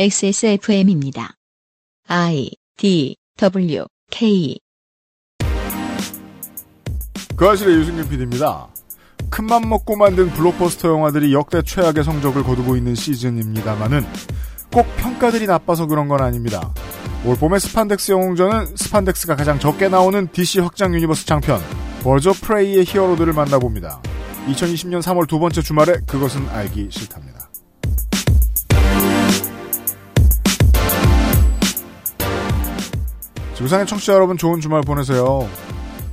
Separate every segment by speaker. Speaker 1: XSFM입니다. I D W K
Speaker 2: 그 아실의 유승균 PD입니다. 큰맘 먹고 만든 블록버스터 영화들이 역대 최악의 성적을 거두고 있는 시즌입니다만은 꼭 평가들이 나빠서 그런 건 아닙니다. 올 봄의 스판덱스 영웅전은 스판덱스가 가장 적게 나오는 DC 확장 유니버스 장편 버저 프레이의 히어로들을 만나봅니다. 2020년 3월 두 번째 주말에 그것은 알기 싫답니다. 지구상의 청취자 여러분 좋은 주말 보내세요.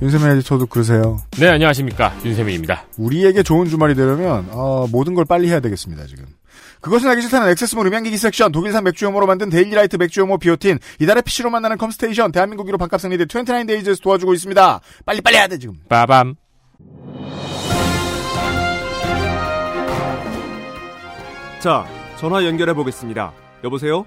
Speaker 2: 윤세민 에디터도 그러세요.
Speaker 3: 네, 안녕하십니까. 윤세민입니다.
Speaker 2: 우리에게 좋은 주말이 되려면 어, 모든 걸 빨리 해야 되겠습니다. 지금 그것은 알기 싫다는 액세스몰 음향기기 섹션 독일산 맥주효모로 만든 데일리라이트 맥주효모 비오틴 이달의 PC로 만나는 컴스테이션 대한민국으로 반값 생리대 29데이즈에서 도와주고 있습니다. 빨리 빨리 해야 돼 지금.
Speaker 3: 빠밤.
Speaker 4: 자, 전화 연결해 보겠습니다. 여보세요?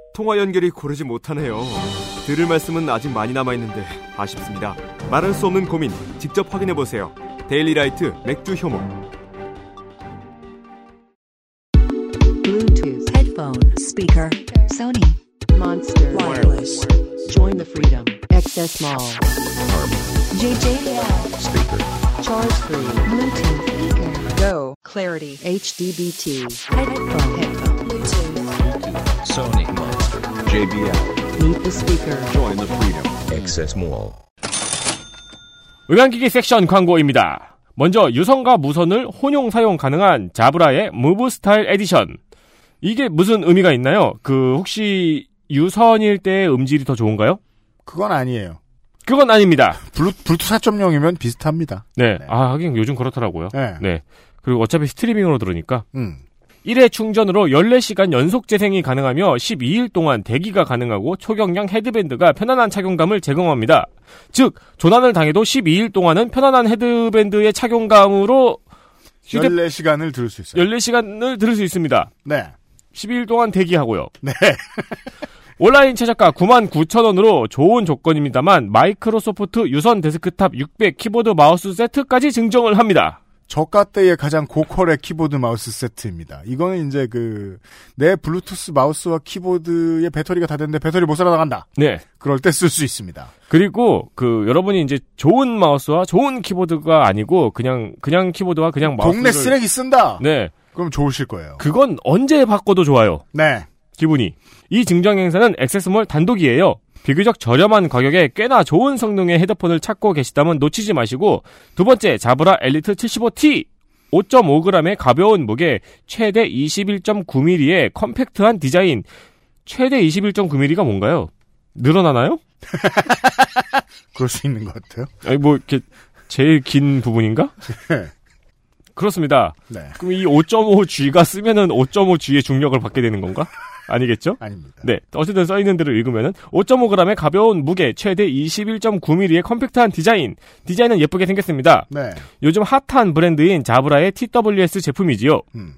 Speaker 4: 통화 연결이 고르지 못하네요. 들을 말씀은 아직 많이 남아 있는데 아쉽습니다. 말할 수 없는 고민 직접 확인해 보세요. 데일리라이트 맥주 효모.
Speaker 5: Bluetooth headphone speaker
Speaker 1: Sony
Speaker 5: monster wireless. Join the freedom. Access mall. JJL speaker. Charge free. Bluetooth speaker. Go clarity. HDBT headphone. headphone.
Speaker 6: Sony Monster. JBL.
Speaker 5: Meet the speaker.
Speaker 6: Join the freedom. Access Mall.
Speaker 3: 음향기기 섹션 광고입니다. 먼저 유선과 무선을 혼용 사용 가능한 자브라의 무브 스타일 에디션. 이게 무슨 의미가 있나요? 그 혹시 유선일 때 음질이 더 좋은가요?
Speaker 2: 그건 아니에요.
Speaker 3: 그건 아닙니다.
Speaker 2: 블루 블루투 4.0이면 비슷합니다.
Speaker 3: 네.
Speaker 2: 네.
Speaker 3: 아, 하긴 요즘 그렇더라고요.
Speaker 2: 네.
Speaker 3: 네. 그리고 어차피 스트리밍으로 들으니까
Speaker 2: 음.
Speaker 3: 1회 충전으로 14시간 연속 재생이 가능하며 12일 동안 대기가 가능하고 초경량 헤드밴드가 편안한 착용감을 제공합니다. 즉, 조난을 당해도 12일 동안은 편안한 헤드밴드의 착용감으로 휴대-
Speaker 2: 14시간을 들을 수 있어요.
Speaker 3: 14시간을 들을 수 있습니다.
Speaker 2: 네.
Speaker 3: 12일 동안 대기하고요.
Speaker 2: 네.
Speaker 3: 온라인 최저가 99,000원으로 좋은 조건입니다만 마이크로소프트 유선 데스크탑 600 키보드 마우스 세트까지 증정을 합니다.
Speaker 2: 저가 때의 가장 고퀄의 키보드 마우스 세트입니다. 이거는 이제 그 내 블루투스 마우스와 키보드의 배터리가 다 됐는데 배터리 못 살아 나간다.
Speaker 3: 네.
Speaker 2: 그럴 때 쓸 수 있습니다.
Speaker 3: 그리고 그 여러분이 이제 좋은 마우스와 좋은 키보드가 아니고 그냥 그냥 키보드와 그냥 마우스
Speaker 2: 동네 쓰레기 쓴다.
Speaker 3: 네.
Speaker 2: 그럼 좋으실 거예요.
Speaker 3: 그건 언제 바꿔도 좋아요.
Speaker 2: 네.
Speaker 3: 기분이. 이 증정 행사는 액세스몰 단독이에요. 비교적 저렴한 가격에 꽤나 좋은 성능의 헤드폰을 찾고 계시다면 놓치지 마시고 두 번째 자브라 엘리트 75T 5.5g의 가벼운 무게, 최대 21.9mm의 컴팩트한 디자인. 최대 21.9mm가 뭔가요? 늘어나나요?
Speaker 2: 그럴 수 있는 것 같아요.
Speaker 3: 아니 뭐 이렇게 제일 긴 부분인가? 그렇습니다.
Speaker 2: 네.
Speaker 3: 그럼 이 5.5G가 쓰면은 5.5G의 중력을 받게 되는 건가? 아니겠죠?
Speaker 2: 아닙니다.
Speaker 3: 네. 어쨌든 써있는 대로 읽으면은 5.5g의 가벼운 무게, 최대 21.9mm의 컴팩트한 디자인. 디자인은 예쁘게 생겼습니다.
Speaker 2: 네.
Speaker 3: 요즘 핫한 브랜드인 자브라의 TWS 제품이지요.
Speaker 2: 음.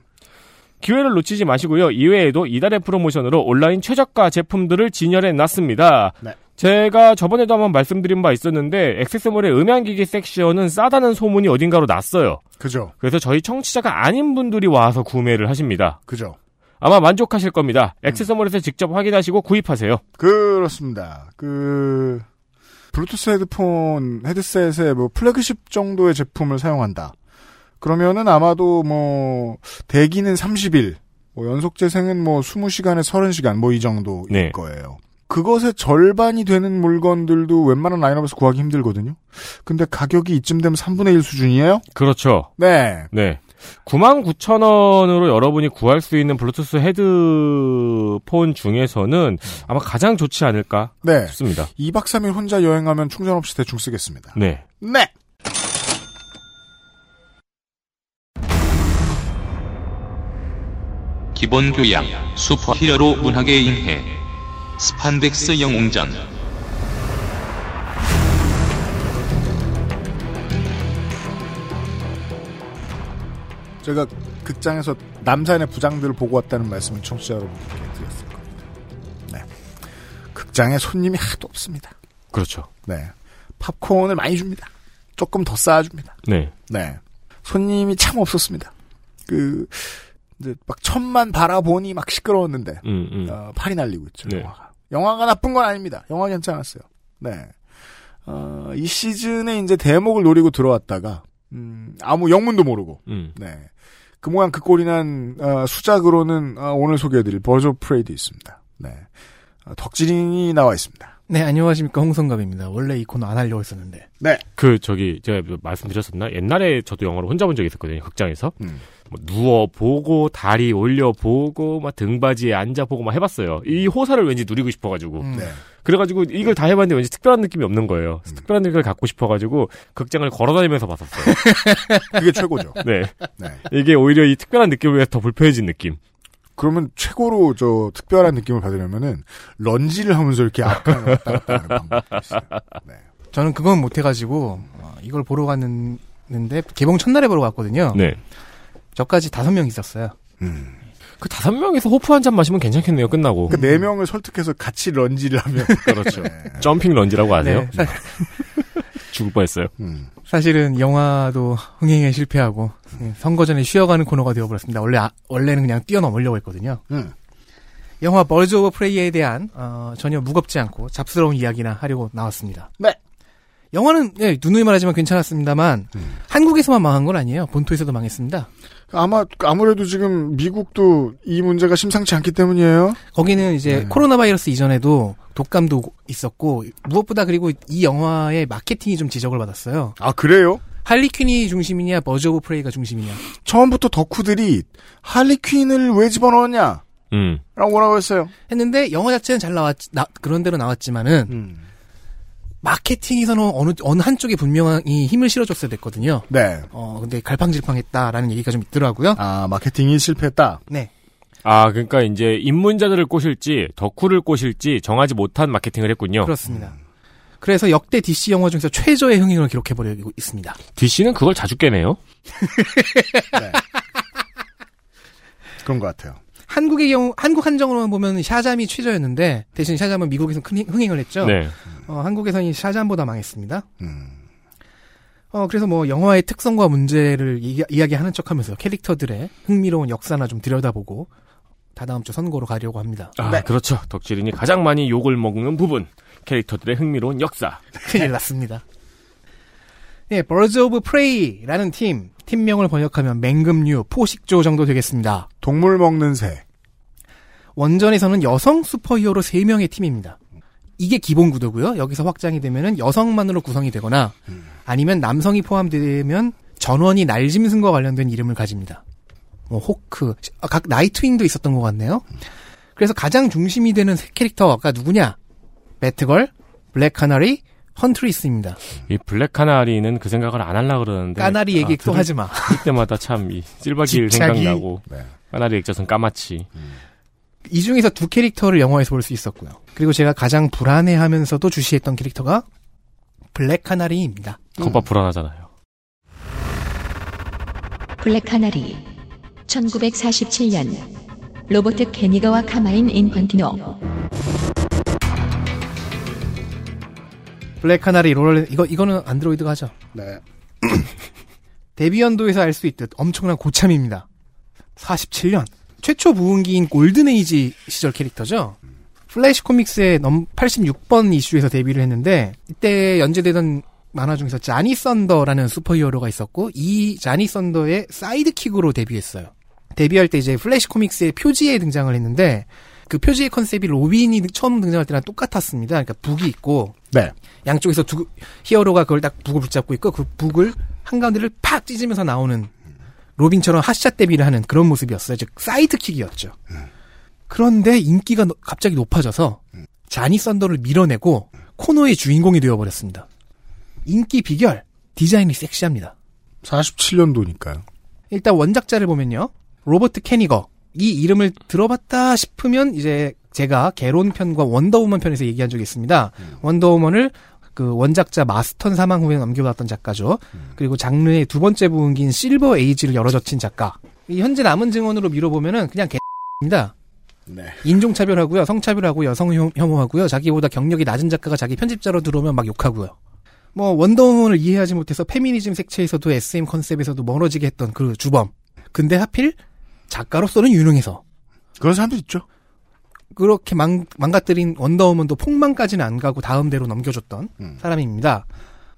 Speaker 3: 기회를 놓치지 마시고요. 이외에도 이달의 프로모션으로 온라인 최저가 제품들을 진열해 놨습니다.
Speaker 2: 네.
Speaker 3: 제가 저번에도 한번 말씀드린 바 있었는데 액세스몰의 음향기기 섹션은 싸다는 소문이 어딘가로 났어요.
Speaker 2: 그죠.
Speaker 3: 그래서 저희 청취자가 아닌 분들이 와서 구매를 하십니다.
Speaker 2: 그죠.
Speaker 3: 아마 만족하실 겁니다. 액세스몰에서 직접 확인하시고 구입하세요.
Speaker 2: 그렇습니다. 그 블루투스 헤드폰 헤드셋의 뭐 플래그십 정도의 제품을 사용한다. 그러면은 아마도 뭐 대기는 30일, 뭐 연속 재생은 뭐 20시간에 30시간 뭐 이 정도일
Speaker 3: 네.
Speaker 2: 거예요. 그것의 절반이 되는 물건들도 웬만한 라인업에서 구하기 힘들거든요. 근데 가격이 이쯤 되면 3분의 1 수준이에요?
Speaker 3: 그렇죠.
Speaker 2: 네.
Speaker 3: 네. 99,000원으로 여러분이 구할 수 있는 블루투스 헤드폰 중에서는 아마 가장 좋지 않을까
Speaker 2: 네.
Speaker 3: 싶습니다.
Speaker 2: 2박 3일 혼자 여행하면 충전 없이 대충 쓰겠습니다.
Speaker 3: 네.
Speaker 2: 네.
Speaker 7: 기본 교양, 슈퍼히어로 문학의 인해, 스판덱스 영웅전.
Speaker 2: 제가 극장에서 남산의 부장들을 보고 왔다는 말씀을 청취자 여러분께 드렸을 겁니다. 네. 극장에 손님이 하도 없습니다.
Speaker 3: 그렇죠.
Speaker 2: 네. 팝콘을 많이 줍니다. 조금 더 쌓아줍니다.
Speaker 3: 네.
Speaker 2: 네. 손님이 참 없었습니다. 그, 이제 막 천만 바라보니 막 시끄러웠는데,
Speaker 3: 음, 음.
Speaker 2: 어, 팔이 날리고 있죠,
Speaker 3: 네.
Speaker 2: 영화가. 영화가 나쁜 건 아닙니다. 영화 괜찮았어요. 네. 어, 이 시즌에 이제 대목을 노리고 들어왔다가, 음, 아무 영문도 모르고,
Speaker 3: 음.
Speaker 2: 네. 그 모양 그 꼴이 난 어, 수작으로는 어, 오늘 소개해드릴 버저 프레이드 있습니다. 네. 어, 덕질인이 나와 있습니다.
Speaker 8: 네, 안녕하십니까. 홍성갑입니다. 원래 이 코너 안 하려고 했었는데.
Speaker 2: 네.
Speaker 3: 그 저기 제가 말씀드렸었나? 옛날에 저도 영화를 혼자 본 적이 있었거든요. 극장에서
Speaker 2: 음.
Speaker 3: 뭐 누워 보고 다리 올려 보고 막 등받이에 앉아 보고 막 해봤어요. 이 호사를 왠지 누리고 싶어가지고
Speaker 8: 음.
Speaker 2: 네.
Speaker 3: 그래가지고 이걸 다 해봤는데 왠지 특별한 느낌이 없는 거예요.
Speaker 2: 음.
Speaker 3: 특별한 느낌을 갖고 싶어가지고 극장을 걸어다니면서 봤었어요.
Speaker 2: 그게 최고죠.
Speaker 3: 네,
Speaker 2: 네.
Speaker 3: 이게 오히려 이 특별한 느낌을 위해서 더 불편해진 느낌.
Speaker 2: 그러면 최고로 저 특별한 느낌을 받으려면은 런지를 하면서 이렇게 앞으로 왔다 갔다 하는 방법이 있어요. 네.
Speaker 8: 저는 그건 못해가지고, 어, 이걸 보러 갔는데, 개봉 첫날에 보러 갔거든요.
Speaker 3: 네,
Speaker 8: 저까지 다섯 명 있었어요.
Speaker 2: 음.
Speaker 3: 그 다섯 명이서 호프 한 잔 마시면 괜찮겠네요. 끝나고
Speaker 2: 그 네 명을 설득해서 같이 런지를 하면
Speaker 3: 그렇죠.
Speaker 2: 네.
Speaker 3: 점핑 런지라고 아세요?
Speaker 8: 네, 사,
Speaker 3: 죽을 뻔했어요.
Speaker 2: 음.
Speaker 8: 사실은 영화도 흥행에 실패하고, 음, 선거 전에 쉬어가는 코너가 되어버렸습니다. 원래, 아- 원래는 그냥 뛰어넘으려고 했거든요.
Speaker 2: 음.
Speaker 8: 영화 벌즈 오브 프레이에 대한 어, 전혀 무겁지 않고 잡스러운 이야기나 하려고 나왔습니다.
Speaker 2: 네.
Speaker 8: 영화는 예, 누누이 말하지만 괜찮았습니다만
Speaker 2: 음.
Speaker 8: 한국에서만 망한 건 아니에요. 본토에서도 망했습니다.
Speaker 2: 아마 아무래도 지금 미국도 이 문제가 심상치 않기 때문이에요.
Speaker 8: 거기는 이제
Speaker 2: 음.
Speaker 8: 코로나 바이러스 이전에도 독감도 있었고 무엇보다 그리고 이 영화의 마케팅이 좀 지적을 받았어요.
Speaker 2: 아 그래요?
Speaker 8: 할리퀸이 중심이냐 버즈 오브 프레이가 중심이냐.
Speaker 2: 처음부터 덕후들이 할리퀸을 왜 집어넣었냐?
Speaker 3: 음,
Speaker 2: 라고 뭐라고 했어요.
Speaker 8: 했는데 영화 자체는 잘 나왔 나, 그런 대로 나왔지만은 마케팅에서는 어느 어느 한쪽에 분명히 힘을 실어줬어야 됐거든요.
Speaker 2: 네.
Speaker 8: 어 근데 갈팡질팡했다라는 얘기가 좀 있더라고요.
Speaker 2: 아 마케팅이 실패했다.
Speaker 8: 네.
Speaker 3: 아 그러니까 이제 입문자들을 꼬실지 덕후를 꼬실지 정하지 못한 마케팅을 했군요.
Speaker 8: 그렇습니다. 그래서 역대 DC 영화 중에서 최저의 흥행을 기록해버리고 있습니다.
Speaker 3: DC는 그걸 자주 깨네요.
Speaker 2: 네. 그런 것 같아요.
Speaker 8: 한국의 경우, 한국 한정으로만 보면 샤잠이 최저였는데, 대신 샤잠은 미국에서 큰 흥- 흥행을 했죠.
Speaker 3: 네.
Speaker 8: 어, 한국에서는 이 샤잠보다 망했습니다.
Speaker 2: 음.
Speaker 8: 어, 그래서 뭐 영화의 특성과 문제를 이기- 이야기하는 척 하면서 캐릭터들의 흥미로운 역사나 좀 들여다보고, 다다음 주 선거로 가려고 합니다.
Speaker 3: 아, 그렇죠. 덕질인이 가장 많이 욕을 먹는 부분. 캐릭터들의 흥미로운 역사.
Speaker 8: 큰일 났습니다. 예, Birds of Prey라는 팀, 팀명을 번역하면 맹금류, 포식조 정도 되겠습니다.
Speaker 2: 동물 먹는 새.
Speaker 8: 원전에서는 여성 슈퍼히어로 3명의 팀입니다. 이게 기본 구도고요. 여기서 확장이 되면은 여성만으로 구성이 되거나 아니면 남성이 포함되면 전원이 날짐승과 관련된 이름을 가집니다. 뭐 호크, 아, 각 나이트윙도 있었던 것 같네요. 그래서 가장 중심이 되는 세 캐릭터가 누구냐? 배트걸, 블랙 카나리, 헌트리스입니다.
Speaker 3: 이 블랙 카나리는 그 생각을 안 하려고 그러는데.
Speaker 8: 까나리 얘기
Speaker 3: 아,
Speaker 8: 또
Speaker 3: 들을
Speaker 8: 하지 마.
Speaker 3: 때마다 참, 이, 찔박이일 음.
Speaker 8: 집착이-
Speaker 3: 생각나고.
Speaker 2: 네.
Speaker 3: 까나리 액자선 까맣지.
Speaker 8: 이 중에서 두 캐릭터를 영화에서 볼 수 있었고요. 그리고 제가 가장 불안해하면서도 주시했던 캐릭터가 블랙 카나리입니다.
Speaker 3: 겉바 불안하잖아요.
Speaker 1: 블랙 카나리 1947년 로버트 케니가와 카마인 인펀티노
Speaker 8: 블랙 카나리 롤 이거 이거는 안드로이드가 하죠.
Speaker 2: 네.
Speaker 8: 데뷔연도에서 알 수 있듯 엄청난 고참입니다. 47년 최초 부흥기인 골든에이지 시절 캐릭터죠. 플래시 코믹스의 넘 86번 이슈에서 데뷔를 했는데 이때 연재되던 만화 중에서 자니 썬더라는 슈퍼히어로가 있었고 이 자니 썬더의 사이드킥으로 데뷔했어요. 데뷔할 때 이제 플래시 코믹스의 표지에 등장을 했는데 그 표지의 컨셉이 로빈이 처음 등장할 때랑 똑같았습니다. 그러니까 북이 있고
Speaker 2: 네.
Speaker 8: 양쪽에서 두 히어로가 그걸 딱 북을 붙잡고 있고 그 북을 한가운데를 팍 찢으면서 나오는 로빈처럼 핫샷 데뷔를 하는 그런 모습이었어요. 즉 사이드킥이었죠. 그런데 인기가 너- 갑자기 높아져서 자니 썬더를 밀어내고 코너의 주인공이 되어버렸습니다. 인기 비결 디자인이 섹시합니다.
Speaker 2: 47년도니까요.
Speaker 8: 일단 원작자를 보면요. 로버트 캐니거. 이 이름을 들어봤다 싶으면 이제 제가 개론 편과 원더우먼 편에서 얘기한 적이 있습니다. 원더우먼을 그 원작자 마스턴 사망 후에 넘겨받았던 작가죠. 그리고 장르의 두 번째 부흥기인 실버 에이지를 열어젖힌 작가. 이 현재 남은 증언으로 밀어보면은 그냥 개입니다.
Speaker 2: 네.
Speaker 8: 인종차별하고요, 성차별하고 여성 혐- 혐오하고요, 자기보다 경력이 낮은 작가가 자기 편집자로 들어오면 막 욕하고요. 뭐 원더우먼을 이해하지 못해서 페미니즘 색채에서도 SM 컨셉에서도 멀어지게 했던 그 주범. 근데 하필 작가로서는 유능해서
Speaker 2: 그런 사람도 있죠.
Speaker 8: 그렇게 망, 망가뜨린 원더우먼도 폭망까지는 안 가고 다음 대로 넘겨줬던
Speaker 2: 음.
Speaker 8: 사람입니다.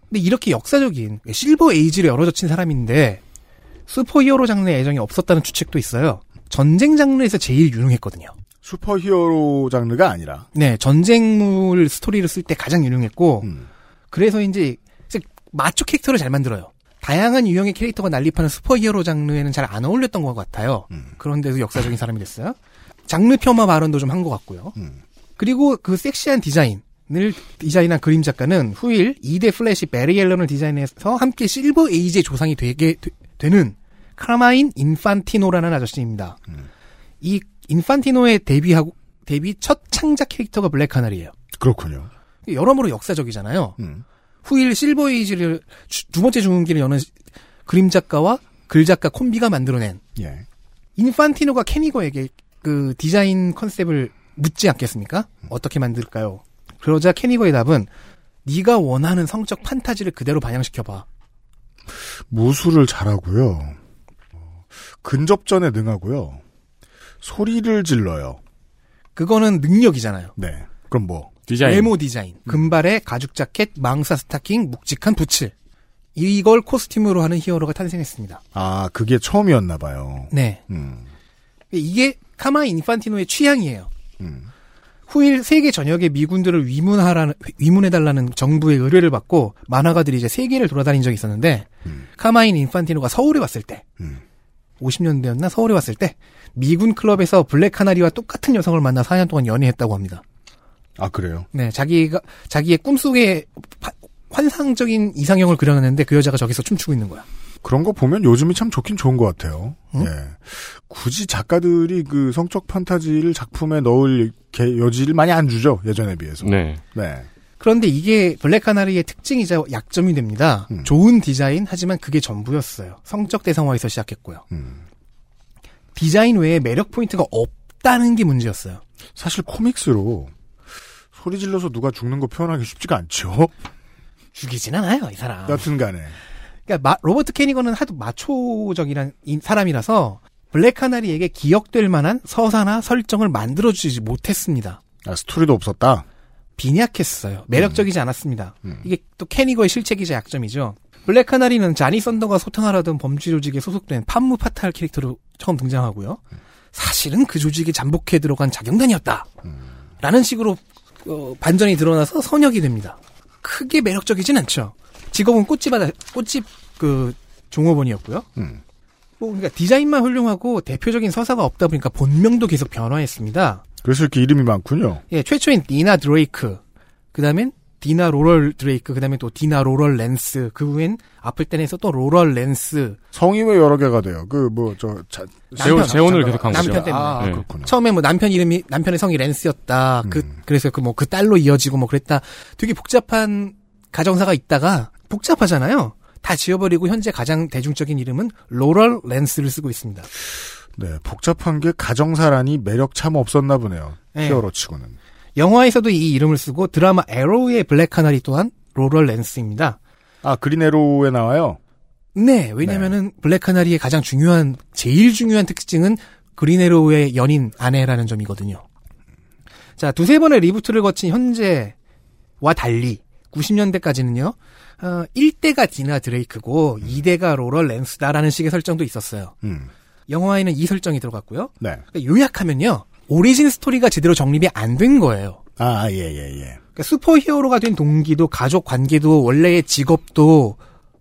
Speaker 8: 근데 이렇게 역사적인 실버 에이지를 열어젖힌 사람인데 슈퍼히어로 장르에 애정이 없었다는 추측도 있어요. 전쟁 장르에서 제일 유능했거든요.
Speaker 2: 슈퍼히어로 장르가 아니라.
Speaker 8: 네, 전쟁물 스토리를 쓸 때 가장 유능했고
Speaker 2: 음.
Speaker 8: 그래서 이제 이제 마초 캐릭터를 잘 만들어요. 다양한 유형의 캐릭터가 난립하는 슈퍼히어로 장르에는 잘 안 어울렸던 것 같아요. 그런데도 역사적인 사람이 됐어요. 장르 폄하 발언도 좀 한 것 같고요.
Speaker 2: 음.
Speaker 8: 그리고 그 섹시한 디자인을 디자인한 그림 작가는 후일 2대 플래시 베리 앨런을 디자인해서 함께 실버 에이지의 조상이 되게 되, 는 카마인 인판티노라는 아저씨입니다. 이 인판티노의 데뷔하고 데뷔 첫 창작 캐릭터가 블랙 카나리예요.
Speaker 2: 그렇군요.
Speaker 8: 여러모로 역사적이잖아요.
Speaker 2: 음.
Speaker 8: 후일 실버에이지를 주- 두 번째 중흥기를 여는 시- 그림 작가와 글 작가 콤비가 만들어낸
Speaker 2: 예.
Speaker 8: 인판티노가 캐니거에게 그 디자인 컨셉을 묻지 않겠습니까? 어떻게 만들까요? 그러자 캐니거의 답은 네가 원하는 성적 판타지를 그대로 반영시켜봐.
Speaker 2: 무술을 잘하고요. 어, 근접전에 능하고요. 소리를 질러요.
Speaker 8: 그거는 능력이잖아요.
Speaker 2: 네. 그럼 뭐?
Speaker 3: 디자인. 음.
Speaker 8: 메모 디자인, 금발에 가죽 자켓, 망사 스타킹, 묵직한 부츠. 이걸 코스튬으로 하는 히어로가 탄생했습니다.
Speaker 2: 아, 그게 처음이었나 봐요.
Speaker 8: 네.
Speaker 2: 음.
Speaker 8: 이게 카마 인판티노의 취향이에요.
Speaker 2: 음.
Speaker 8: 후일 세계 전역의 미군들을 위문하라는 위문해달라는 정부의 의뢰를 받고 만화가들이 이제 세계를 돌아다닌 적이 있었는데 카마인 인판티노가 서울에 왔을 때
Speaker 2: 음.
Speaker 8: 50년대였나 서울에 왔을 때 미군 클럽에서 블랙 카나리와 똑같은 여성을 만나 4년 동안 연애했다고 합니다.
Speaker 2: 아, 그래요?
Speaker 8: 네, 자기가 자기의 꿈속에 파- 환상적인 이상형을 그려놨는데 그 여자가 저기서 춤추고 있는 거야.
Speaker 2: 그런 거 보면 요즘이 참 좋긴 좋은 것 같아요.
Speaker 8: 음?
Speaker 2: 예. 굳이 작가들이 그 성적 판타지를 작품에 넣을 개- 여지를 많이 안 주죠. 예전에
Speaker 8: 음.
Speaker 2: 비해서.
Speaker 3: 네.
Speaker 2: 네.
Speaker 8: 그런데 이게 블랙 카나리의 특징이자 약점이 됩니다.
Speaker 2: 음.
Speaker 8: 좋은 디자인 하지만 그게 전부였어요. 성적 대상화에서 시작했고요.
Speaker 2: 음.
Speaker 8: 디자인 외에 매력 포인트가 없다는 게 문제였어요.
Speaker 2: 사실 코믹스로 소리 질러서 누가 죽는 거 표현하기 쉽지가 않죠.
Speaker 8: 죽이진 않아요, 이 사람.
Speaker 2: 여튼 간에.
Speaker 8: 그러니까 마- 로버트 캐니건은 하도 마초적이란 인- 사람이라서 블랙 카나리에게 기억될 만한 서사나 설정을 만들어주지 못했습니다.
Speaker 2: 아, 스토리도 없었다?
Speaker 8: 빈약했어요. 매력적이지 않았습니다. 이게 또 캐니거의 실책이자 약점이죠. 블랙 카나리는 자니 썬더가 소탕하라던 범죄 조직에 소속된 판무 파탈 캐릭터로 처음 등장하고요. 사실은 그 조직에 잠복해 들어간 자경단이었다. 라는 식으로 어, 반전이 드러나서 선역이 됩니다. 크게 매력적이진 않죠. 직업은 꽃집 아다- 꽃집 그 종업원이었고요.
Speaker 2: 음.
Speaker 8: 뭐 그러니까 디자인만 훌륭하고 대표적인 서사가 없다 보니까 본명도 계속 변화했습니다.
Speaker 2: 그래서 이렇게 이름이 많군요.
Speaker 8: 예, 최초인 디나 드레이크. 그 다음엔 디나 로럴 드레이크. 그 다음에 또 디나 로럴 랜스. 그 후엔 아플 때는 서또 로럴 랜스.
Speaker 2: 성이 왜 여러 개가 돼요? 그, 뭐, 저, 자,
Speaker 3: 재혼-
Speaker 8: 남편,
Speaker 2: 잠깐만.
Speaker 3: 재혼을 계속한 거죠.
Speaker 8: 남편 때문에.
Speaker 2: 아,
Speaker 3: 네.
Speaker 2: 그렇군요.
Speaker 8: 처음에 뭐 남편 이름이, 남편의 성이 랜스였다. 그,
Speaker 3: 음.
Speaker 8: 그래서 그 뭐 그 딸로 이어지고 뭐 그랬다. 되게 복잡한 가정사가 있다가 복잡하잖아요. 다 지워버리고 현재 가장 대중적인 이름은 로럴 랜스를 쓰고 있습니다.
Speaker 2: 네, 복잡한 게 가정사라니 매력 참 없었나 보네요.
Speaker 8: 네.
Speaker 2: 히어로 치고는.
Speaker 8: 영화에서도 이 이름을 쓰고 드라마 에로우의 블랙 카나리 또한 로럴 랜스입니다.
Speaker 2: 아, 그린에로에 나와요?
Speaker 8: 네, 왜냐면은 블랙 카나리의 가장 중요한 제일 중요한 특징은 그린에로우의 연인 아내라는 점이거든요. 자, 두세 번의 리부트를 거친 현재와 달리 90년대까지는요. 어, 1대가 디나 드레이크고 2대가 로럴 랜스다라는 식의 설정도 있었어요.
Speaker 2: 음.
Speaker 8: 영화에는 이 설정이 들어갔고요.
Speaker 2: 네.
Speaker 8: 그러니까 요약하면요. 오리진 스토리가 제대로 정립이 안 된 거예요.
Speaker 2: 아, 예, 예, 예.
Speaker 8: 그러니까 슈퍼히어로가 된 동기도 가족 관계도 원래의 직업도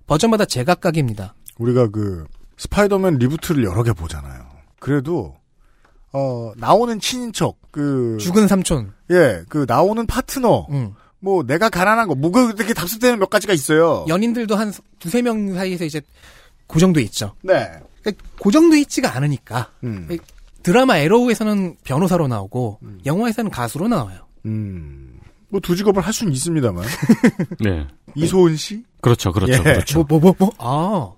Speaker 8: 버전마다 제각각입니다.
Speaker 2: 우리가 그, 스파이더맨 리부트를 여러 개 보잖아요. 그래도, 어, 나오는 친인척, 그,
Speaker 8: 죽은 삼촌.
Speaker 2: 예, 그, 나오는 파트너,
Speaker 8: 응.
Speaker 2: 뭐, 내가 가난한 거, 뭐, 그, 이렇게 답습되는 몇 가지가 있어요.
Speaker 8: 연인들도 한 두세 명 사이에서 이제 고정돼 있죠.
Speaker 2: 네.
Speaker 8: 그러니까 고정돼 있지가 않으니까.
Speaker 2: 음.
Speaker 8: 음. 드라마 에로우에서는 변호사로 나오고 영화에서는 가수로 나와요.
Speaker 2: 음. 뭐 두 직업을 할 수는 있습니다만.
Speaker 3: 네.
Speaker 2: 이소은 씨?
Speaker 3: 그렇죠, 그렇죠,
Speaker 2: 예.
Speaker 3: 그렇죠.
Speaker 8: 뭐, 뭐, 뭐, 뭐? 아.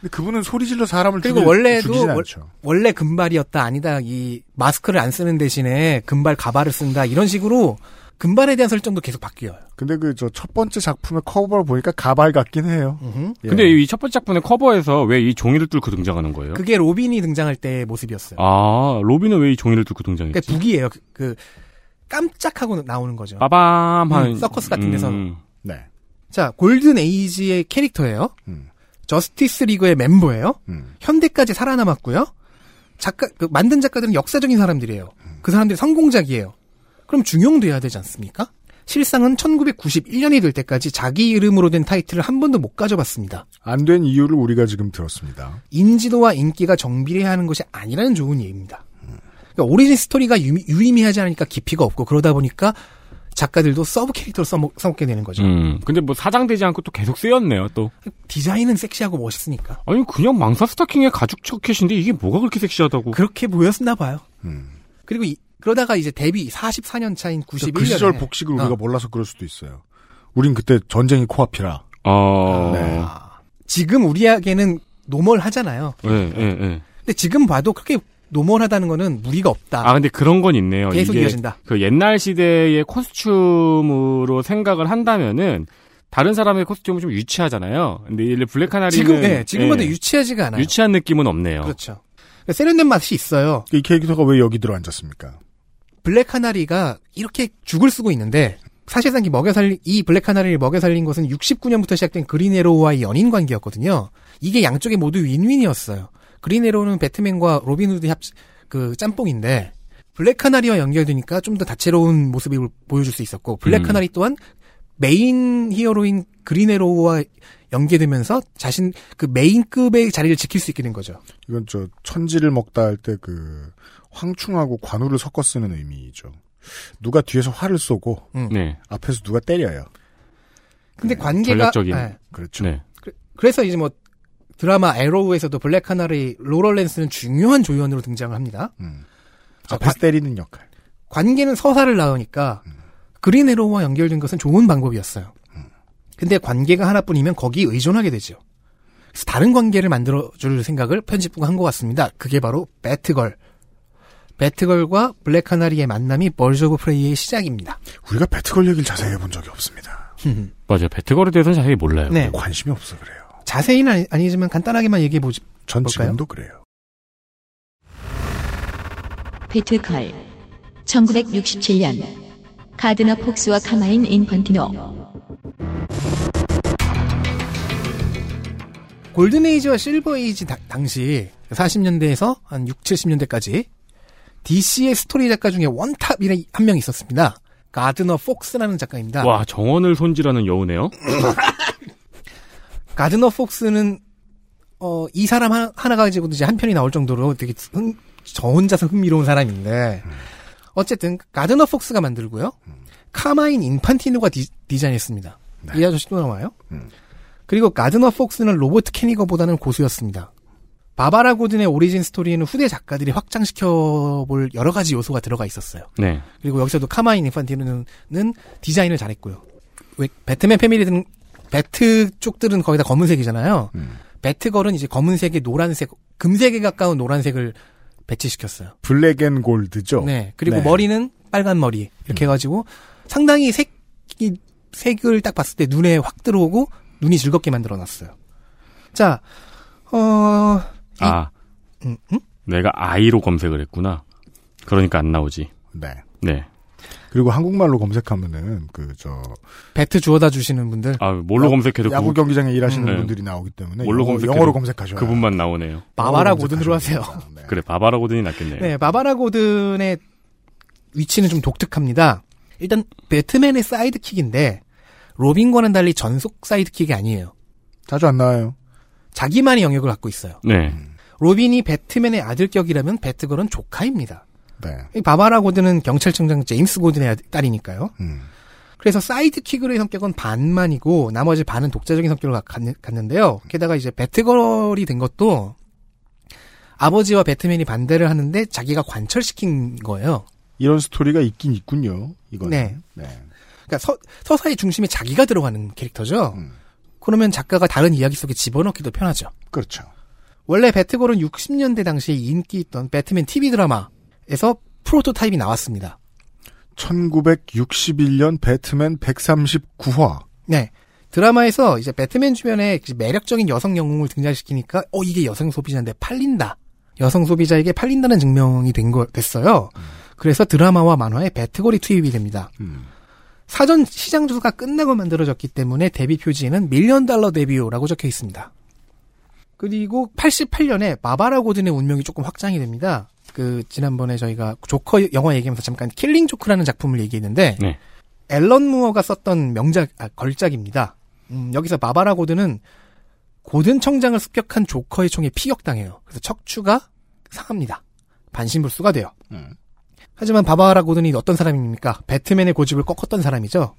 Speaker 2: 근데 그분은 소리 질러 사람을
Speaker 8: 그리고
Speaker 2: 죽이,
Speaker 8: 원래도
Speaker 2: 죽이진
Speaker 8: 월-
Speaker 2: 않죠.
Speaker 8: 원래 금발이었다, 아니다, 이 마스크를 안 쓰는 대신에 금발 가발을 쓴다, 이런 식으로 금발에 대한 설정도 계속 바뀌어요.
Speaker 2: 근데 그 저 첫 번째 작품의 커버를 보니까 가발 같긴 해요. 예.
Speaker 3: 근데 이 첫 번째 작품의 커버에서 왜 이 종이를 뚫고 등장하는 거예요?
Speaker 8: 그게 로빈이 등장할 때의 모습이었어요.
Speaker 3: 아, 로빈은 왜 이 종이를 뚫고 등장했지?
Speaker 8: 그러니까 북이에요. 그, 그 깜짝하고 나오는 거죠.
Speaker 3: 빠밤 하는
Speaker 8: 음, 서커스 같은 데서.
Speaker 2: 네.
Speaker 8: 자, 골든 에이지의 캐릭터예요.
Speaker 2: 음.
Speaker 8: 저스티스 리그의 멤버예요.
Speaker 2: 음.
Speaker 8: 현대까지 살아남았고요. 작가 그 만든 작가들은 역사적인 사람들이에요. 그 사람들이 성공작이에요. 그럼 중용돼야 되지 않습니까? 실상은 1991년이 될 때까지 자기 이름으로 된 타이틀을 한 번도 못 가져봤습니다.
Speaker 2: 안 된 이유를 우리가 지금 들었습니다.
Speaker 8: 인지도와 인기가 정비례하는 것이 아니라는 좋은 예입니다. 그러니까 오리진 스토리가 유, 유의미하지 않으니까 깊이가 없고 그러다 보니까 작가들도 서브 캐릭터로 써먹, 써먹게 되는 거죠.
Speaker 3: 음. 근데 뭐 사장되지 않고 또 계속 쓰였네요, 또.
Speaker 8: 디자인은 섹시하고 멋있으니까
Speaker 3: 아니, 그냥 망사 스타킹에 가죽 자켓인데 이게 뭐가 그렇게 섹시하다고.
Speaker 8: 그렇게 보였나 봐요.
Speaker 2: 음.
Speaker 8: 그리고 이- 그러다가 이제 데뷔 44년 차인 91년에
Speaker 2: 그 시절 복식을 우리가
Speaker 8: 어.
Speaker 2: 몰라서 그럴 수도 있어요. 우린 그때 전쟁이 코앞이라.
Speaker 3: 어.
Speaker 2: 네.
Speaker 8: 지금 우리에게는 노멀하잖아요.
Speaker 3: 예, 예, 예.
Speaker 8: 근데 지금 봐도 그렇게 노멀하다는 거는 무리가 없다.
Speaker 3: 아, 근데 그런 건 있네요.
Speaker 8: 계속
Speaker 3: 이게
Speaker 8: 이어진다.
Speaker 3: 그 옛날 시대의 코스튬으로 생각을 한다면은 다른 사람의 코스튬은 좀 유치하잖아요. 근데 이 블랙 카나리는
Speaker 8: 지금 예, 지금 봐도
Speaker 3: 예,
Speaker 8: 유치하지가 않아요.
Speaker 3: 유치한 느낌은 없네요.
Speaker 8: 그렇죠. 그러니까 세련된 맛이 있어요.
Speaker 2: 이 캐릭터가 왜 여기 들어앉았습니까?
Speaker 8: 블랙 카나리가 이렇게 죽을 쓰고 있는데 사실상 이 먹여 살린 이 블랙 카나리를 먹여 살린 것은 69년부터 시작된 그린 에로우와의 연인 관계였거든요. 이게 양쪽에 모두 윈윈이었어요. 그린 에로우는 배트맨과 로빈 후드 합그 짬뽕인데 블랙 카나리와 연결되니까 좀 더 다채로운 모습을 보여줄 수 있었고 블랙
Speaker 3: 음.
Speaker 8: 카나리 또한 메인 히어로인 그린 에로우와 연계되면서 자신 그 메인급의 자리를 지킬 수 있게 된 거죠.
Speaker 2: 이건 저 천지를 먹다 할 때 그 황충하고 관우를 섞어 쓰는 의미죠. 누가 뒤에서 활을 쏘고
Speaker 8: 음.
Speaker 3: 네.
Speaker 2: 앞에서 누가 때려요.
Speaker 8: 근데 관계가
Speaker 3: 전략적인.
Speaker 8: 예.
Speaker 2: 그렇죠.
Speaker 3: 네.
Speaker 8: 그래서 이제 뭐 드라마 에로우에서도 블랙 카나리 로럴랜스는 중요한 조연으로 등장을 합니다.
Speaker 2: 음.
Speaker 8: 자,
Speaker 2: 앞에서 때리는 역할.
Speaker 8: 관계는 서사를 나으니까 그린 에로우와 연결된 것은 좋은 방법이었어요. 근데 관계가 하나뿐이면 거기 의존하게 되죠. 그래서 다른 관계를 만들어줄 생각을 편집부가 한 것 같습니다. 그게 바로 배트걸. 배트걸과 블랙 카나리의 만남이 벌즈 오브 프레이의 시작입니다.
Speaker 2: 우리가 배트걸 얘기를 자세히 해본 적이 없습니다.
Speaker 3: 맞아요. 배트걸에 대해서는 자세히 몰라요.
Speaker 8: 네.
Speaker 2: 관심이 없어 그래요.
Speaker 8: 자세히는 아니- 아니지만 간단하게만 얘기해 보죠.
Speaker 2: 전
Speaker 8: 뭘까요?
Speaker 2: 지금도 그래요.
Speaker 1: 배트컬 1967년 가드너 폭스와 카마인 인펀티노
Speaker 8: 골든에이지와 실버에이지 다- 당시 40년대에서 한 6, 70년대까지 DC의 스토리 작가 중에 원탑이라 한 명 있었습니다. 가드너 폭스라는 작가입니다.
Speaker 3: 와, 정원을 손질하는 여우네요.
Speaker 8: 가드너 폭스는 어, 이 사람 하, 나 가지고도 이제 한 편이 나올 정도로 되게 흥- 저 혼자서 흥미로운 사람인데 어쨌든 가드너 폭스가 만들고요. 카마인 인판티노가 디, 자인했습니다이 아저씨 또 나와요. 그리고 가드너 폭스는 로버트 캐니거보다는 고수였습니다. 바바라 고든의 오리진 스토리에는 후대 작가들이 확장시켜 볼 여러 가지 요소가 들어가 있었어요.
Speaker 3: 네.
Speaker 8: 그리고 여기서도 카마인 인판티노는 디자인을 잘했고요. 왜 배트맨 패밀리든 배트 쪽들은 거의 다 검은색이잖아요.
Speaker 2: 음.
Speaker 8: 배트걸은 이제 검은색에 노란색, 금색에 가까운 노란색을 배치시켰어요.
Speaker 2: 블랙 앤 골드죠.
Speaker 8: 네. 그리고
Speaker 2: 네. 음.
Speaker 8: 머리는 빨간 머리 이렇게 해가지고 상당히 색이 색을 딱 봤을 때 눈에 확 들어오고 눈이 즐겁게 만들어놨어요. 자, 어,
Speaker 3: 아.
Speaker 8: 음, 음?
Speaker 3: 내가 아이로 검색을 했구나. 그러니까 안 나오지.
Speaker 2: 네.
Speaker 3: 네.
Speaker 2: 그리고 한국말로 검색하면은 그저
Speaker 8: 배트 주워다 주시는 분들
Speaker 3: 아, 뭘로
Speaker 2: 야-
Speaker 3: 검색해도
Speaker 2: 야구
Speaker 3: 그,
Speaker 2: 경기장에 일하시는
Speaker 3: 네.
Speaker 2: 분들이 나오기 때문에
Speaker 3: 뭘로
Speaker 2: 영어,
Speaker 3: 검색해도
Speaker 2: 영어로 검색하셔야
Speaker 3: 그분만 나오네요.
Speaker 8: 바바라
Speaker 2: 영어로
Speaker 8: 고든으로
Speaker 2: 검색하셔야
Speaker 8: 하세요.
Speaker 2: 됩니다. 네.
Speaker 3: 그래, 바바라 고든이 낫겠네요.
Speaker 8: 네, 바바라 고든의 위치는 좀 독특합니다. 일단 배트맨의 사이드킥인데 로빈과는 달리 전속 사이드킥이 아니에요.
Speaker 2: 자주 안 나와요.
Speaker 8: 자기만의 영역을 갖고 있어요.
Speaker 3: 네.
Speaker 8: 로빈이 배트맨의 아들격이라면 배트걸은 조카입니다.
Speaker 2: 네.
Speaker 8: 이 바바라 고든은 경찰청장 제임스 고든의 아들- 딸이니까요.
Speaker 2: 음.
Speaker 8: 그래서 사이드킥으로의 성격은 반만이고 나머지 반은 독자적인 성격을 갖- 갖는- 갖는데요. 게다가 이제 배트걸이 된 것도 아버지와 배트맨이 반대를 하는데 자기가 관철시킨 거예요.
Speaker 2: 이런 스토리가 있긴 있군요. 이거는.
Speaker 8: 네. 그러니까 서, 서사의 중심에 자기가 들어가는 캐릭터죠.
Speaker 2: 음.
Speaker 8: 그러면 작가가 다른 이야기 속에 집어넣기도 편하죠.
Speaker 2: 그렇죠.
Speaker 8: 원래 배트걸은 60년대 당시에 인기 있던 배트맨 TV 드라마에서 프로토타입이 나왔습니다.
Speaker 2: 1961년 배트맨 139화.
Speaker 8: 네. 드라마에서 이제 배트맨 주변에 이제 매력적인 여성 영웅을 등장시키니까 어 이게 여성 소비자인데 팔린다. 여성 소비자에게 팔린다는 증명이 된 거 됐어요. 그래서 드라마와 만화에 배트걸이 투입이 됩니다.
Speaker 2: 음.
Speaker 8: 사전 시장 조사가 끝나고 만들어졌기 때문에 데뷔 표지에는 밀리언 달러 데뷔요라고 적혀 있습니다. 그리고 88년에 마바라 고든의 운명이 조금 확장이 됩니다. 그 지난번에 저희가 조커 영화 얘기하면서 잠깐 킬링 조크라는 작품을 얘기했는데
Speaker 3: 네.
Speaker 8: 앨런 무어가 썼던 명작 아, 걸작입니다. 음, 여기서 마바라 고든은 고든 청장을 습격한 조커의 총에 피격당해요. 그래서 척추가 상합니다. 반신불수가 돼요.
Speaker 2: 음.
Speaker 8: 하지만 바바라 고든이 어떤 사람입니까? 배트맨의 고집을 꺾었던 사람이죠.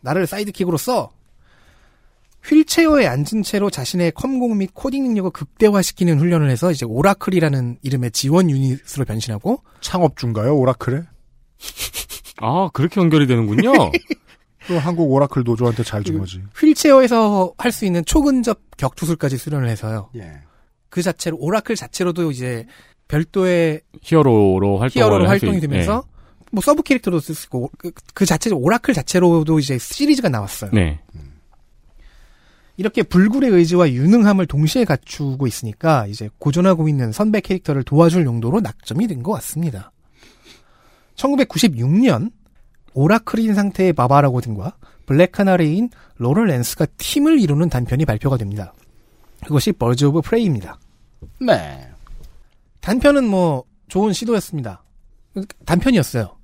Speaker 8: 나를 사이드킥으로 써. 휠체어에 앉은 채로 자신의 컴공 및 코딩 능력을 극대화시키는 훈련을 해서 이제 오라클이라는 이름의 지원 유닛으로 변신하고
Speaker 2: 창업주인가요? 오라클에?
Speaker 3: 아, 그렇게 연결이 되는군요.
Speaker 2: 그 한국 오라클 노조한테 잘
Speaker 3: 그
Speaker 2: 준 거지.
Speaker 8: 휠체어에서 할 수 있는 초근접 격투술까지 수련을 해서요.
Speaker 2: 예.
Speaker 8: 그 자체로 오라클 자체로도 이제 별도의
Speaker 3: 히어로로 활동을
Speaker 8: 히어로로
Speaker 3: 할수
Speaker 8: 활동이
Speaker 3: 있- 예.
Speaker 8: 되면서 뭐 서브 캐릭터로 쓸 수 있고 그, 그 자체로 오라클 자체로도 이제 시리즈가 나왔어요.
Speaker 3: 네. 네.
Speaker 8: 이렇게 불굴의 의지와 유능함을 동시에 갖추고 있으니까 이제 고전하고 있는 선배 캐릭터를 도와줄 용도로 낙점이 된 것 같습니다. 1996년 오라클인 상태의 바바라 고든과 블랙카나리인 로럴 랜스가 팀을 이루는 단편이 발표가 됩니다. 그것이 버즈 오브 프레이입니다.
Speaker 2: 네.
Speaker 8: 단편은 뭐 좋은 시도였습니다. 단편이었어요.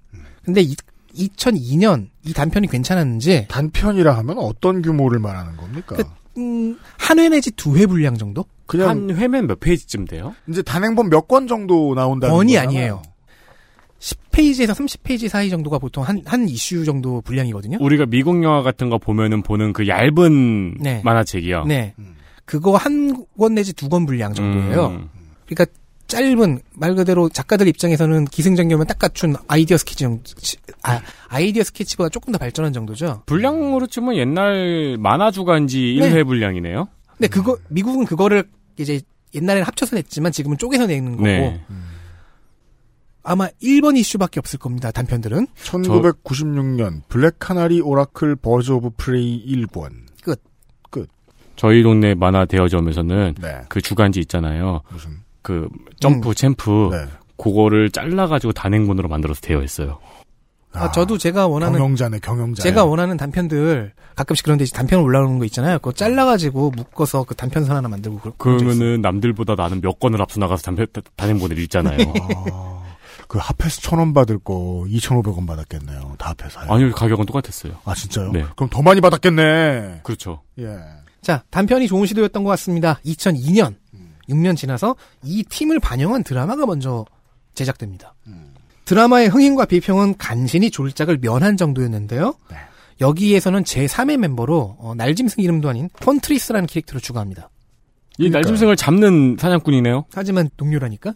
Speaker 8: 근데 2002년 이 단편이 괜찮았는지
Speaker 2: 단편이라 하면 어떤 규모를 말하는 겁니까?
Speaker 3: 그
Speaker 8: 음, 한 회 내지 두 회 분량 정도?
Speaker 2: 그냥
Speaker 3: 회면 몇 페이지쯤 돼요?
Speaker 2: 이제 단행본 몇 권 정도 나온다는
Speaker 8: 권이
Speaker 2: 거잖아요.
Speaker 8: 아니에요. 10페이지에서 30페이지 사이 정도가 보통 한, 한 이슈 정도 분량이거든요.
Speaker 3: 우리가 미국 영화 같은 거 보면은 보는 그 얇은
Speaker 8: 네.
Speaker 3: 만화책이요.
Speaker 8: 네.
Speaker 2: 음.
Speaker 8: 그거 한 권 내지 두 권 분량 정도예요.
Speaker 3: 음.
Speaker 8: 그러니까 짧은, 말 그대로 작가들 입장에서는 기승전결만 딱 갖춘 아이디어 스케치 정도, 치- 아, 아이디어 스케치보다 조금 더 발전한 정도죠.
Speaker 3: 분량으로 치면 옛날 만화 주간지
Speaker 8: 네.
Speaker 3: 1회 분량이네요.
Speaker 8: 근데 그거, 미국은 그거를 이제 옛날에는 합쳐서 냈지만 지금은 쪼개서 내는 거고.
Speaker 3: 네.
Speaker 8: 아마 1번 이슈밖에 없을 겁니다, 단편들은.
Speaker 2: 1996년 블랙 카나리 오라클 버즈 오브 프레이 1권.
Speaker 3: 저희 동네 만화 대여점에서는
Speaker 2: 네.
Speaker 3: 그 주간지 있잖아요.
Speaker 2: 무슨
Speaker 3: 그
Speaker 8: 음.
Speaker 3: 점프 챔프
Speaker 2: 네.
Speaker 3: 그거를 잘라가지고 단행본으로 만들어서 대여했어요.
Speaker 8: 아, 저도 제가 원하는
Speaker 2: 경영자네 경영자.
Speaker 8: 제가 원하는 단편들 가끔씩 그런데 이제 단편 올라오는 거 있잖아요. 그거 잘라가지고 묶어서 그 단편선 하나 만들고 그런 거 있어요.
Speaker 3: 그러면은 남들보다 나는 몇 권을 앞서 나가서 단편, 단행본을 읽잖아요.
Speaker 2: 그 합해서 천 원 받을 거 2,500원 받았겠네요. 다 합해서. 요
Speaker 3: 아니요 가격은 똑같았어요.
Speaker 2: 아 진짜요?
Speaker 3: 네.
Speaker 2: 그럼 더 많이 받았겠네.
Speaker 3: 그렇죠.
Speaker 2: 예.
Speaker 8: 자 단편이 좋은 시도였던 것 같습니다. 2002년 6년 지나서 이 팀을 반영한 드라마가 먼저 제작됩니다. 드라마의 흥행과 비평은 간신히 졸작을 면한 정도였는데요. 여기에서는 제3의 멤버로 어, 날짐승 이름도 아닌 폰트리스라는 캐릭터를 추가합니다.
Speaker 3: 이 날짐승을 잡는 사냥꾼이네요.
Speaker 8: 하지만 동료라니까.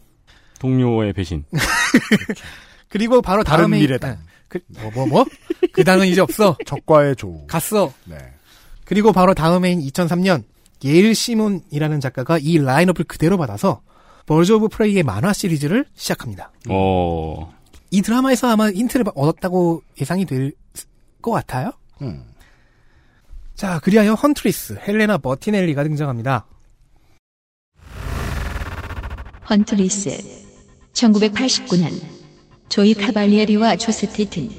Speaker 3: 동료의 배신.
Speaker 8: 그리고 바로
Speaker 2: 다른
Speaker 8: 다음에
Speaker 2: 미래당.
Speaker 8: 뭐 뭐 뭐? 그 당은 이제 없어.
Speaker 2: 적과의 조.
Speaker 8: 갔어.
Speaker 2: 네.
Speaker 8: 그리고 바로 다음 해인 2003년 예일 시몬이라는 작가가 이 라인업을 그대로 받아서 버즈 오브 프레이의 만화 시리즈를 시작합니다.
Speaker 3: 어.
Speaker 8: 이 드라마에서 아마 힌트를 얻었다고 예상이 될 것 같아요.
Speaker 2: 음.
Speaker 8: 자, 그리하여 헌트리스, 헬레나 버티넬리가 등장합니다.
Speaker 1: 헌트리스 1989년 조이 카발리에리와 조스티튼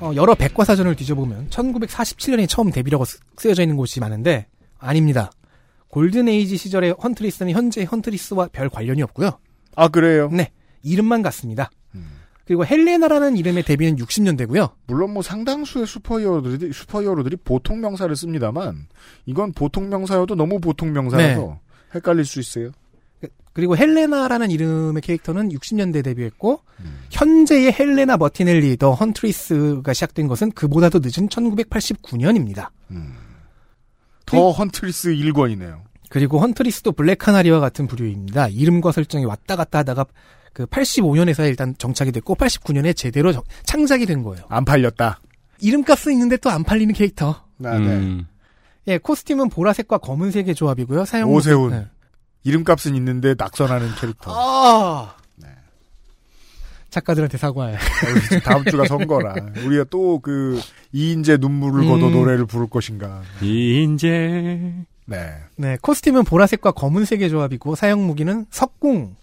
Speaker 8: 어, 여러 백과사전을 뒤져보면 1947년에 처음 데뷔라고 쓰- 쓰여져 있는 곳이 많은데 아닙니다. 골든에이지 시절의 헌트리스는 현재 헌트리스와 별 관련이 없고요.
Speaker 2: 아 그래요.
Speaker 8: 네, 이름만 같습니다. 그리고 헬레나라는 이름의 데뷔는 60년대고요.
Speaker 2: 물론 뭐 상당수의 슈퍼히어로들이 슈퍼히어로들이 보통 명사를 씁니다만 이건 보통 명사여도 너무 보통 명사라서 헷갈릴 수 있어요.
Speaker 8: 그리고 헬레나라는 이름의 캐릭터는 60년대 데뷔했고
Speaker 2: 음.
Speaker 8: 현재의 헬레나 머티넬리 더 헌트리스가 시작된 것은 그보다도 늦은 1989년입니다.
Speaker 2: 더 헌트리스 1권이네요.
Speaker 8: 그리고 헌트리스도 블랙카나리와 같은 부류입니다. 이름과 설정이 왔다 갔다 하다가 그 85년에서 일단 정착이 됐고 89년에 제대로 정- 창작이 된 거예요.
Speaker 2: 안 팔렸다.
Speaker 8: 이름값은 있는데 또 안 팔리는 캐릭터.
Speaker 2: 아, 네.
Speaker 3: 음.
Speaker 8: 예, 코스튬은 보라색과 검은색의 조합이고요. 사용
Speaker 2: 오세훈. 어.
Speaker 8: 네.
Speaker 2: 이름값은 있는데 낙선하는 캐릭터.
Speaker 8: 아.
Speaker 2: 네.
Speaker 8: 작가들한테 사과해.
Speaker 2: 어, 다음 주가 선거라. 우리가 또 그 이인재 눈물을 거둬
Speaker 8: 음.
Speaker 2: 노래를 부를 것인가.
Speaker 3: 이제
Speaker 2: 네.
Speaker 8: 네, 코스튬은 보라색과 검은색의 조합이고 사용 무기는 석궁.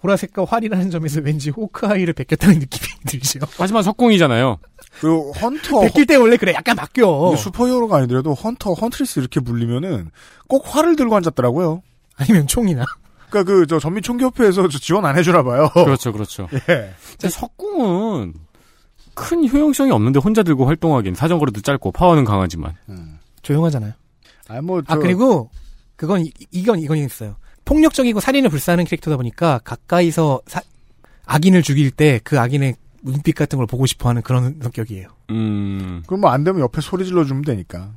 Speaker 8: 보라색과 활이라는 점에서 왠지 호크아이를 베꼈다는 느낌이 들죠.
Speaker 3: 하지만 석궁이잖아요.
Speaker 2: 그 헌터
Speaker 8: 베낄 때 원래 그래 약간 바뀌어.
Speaker 2: 이게 슈퍼히어로가 아니더라도 헌터 헌트리스 이렇게 불리면은 꼭 활을 들고 앉았더라고요.
Speaker 8: 아니면 총이나.
Speaker 2: 그러니까 그 저 전미 총기협회에서 저 지원 안 해주나 봐요.
Speaker 3: 그렇죠, 그렇죠.
Speaker 2: 예.
Speaker 3: 근데 석궁은 큰 효용성이 없는데 혼자 들고 활동하기엔 사정거리도 짧고 파워는 강하지만
Speaker 8: 조용하잖아요.
Speaker 2: 아뭐
Speaker 8: 아 그리고 그건 이- 이건 이건 있어요. 폭력적이고 살인을 불사하는 캐릭터다 보니까 가까이서 사- 악인을 죽일 때 그 악인의 눈빛 같은 걸 보고 싶어하는 그런 성격이에요.
Speaker 3: 음.
Speaker 2: 그럼 뭐 안 되면 옆에 소리 질러 주면 되니까.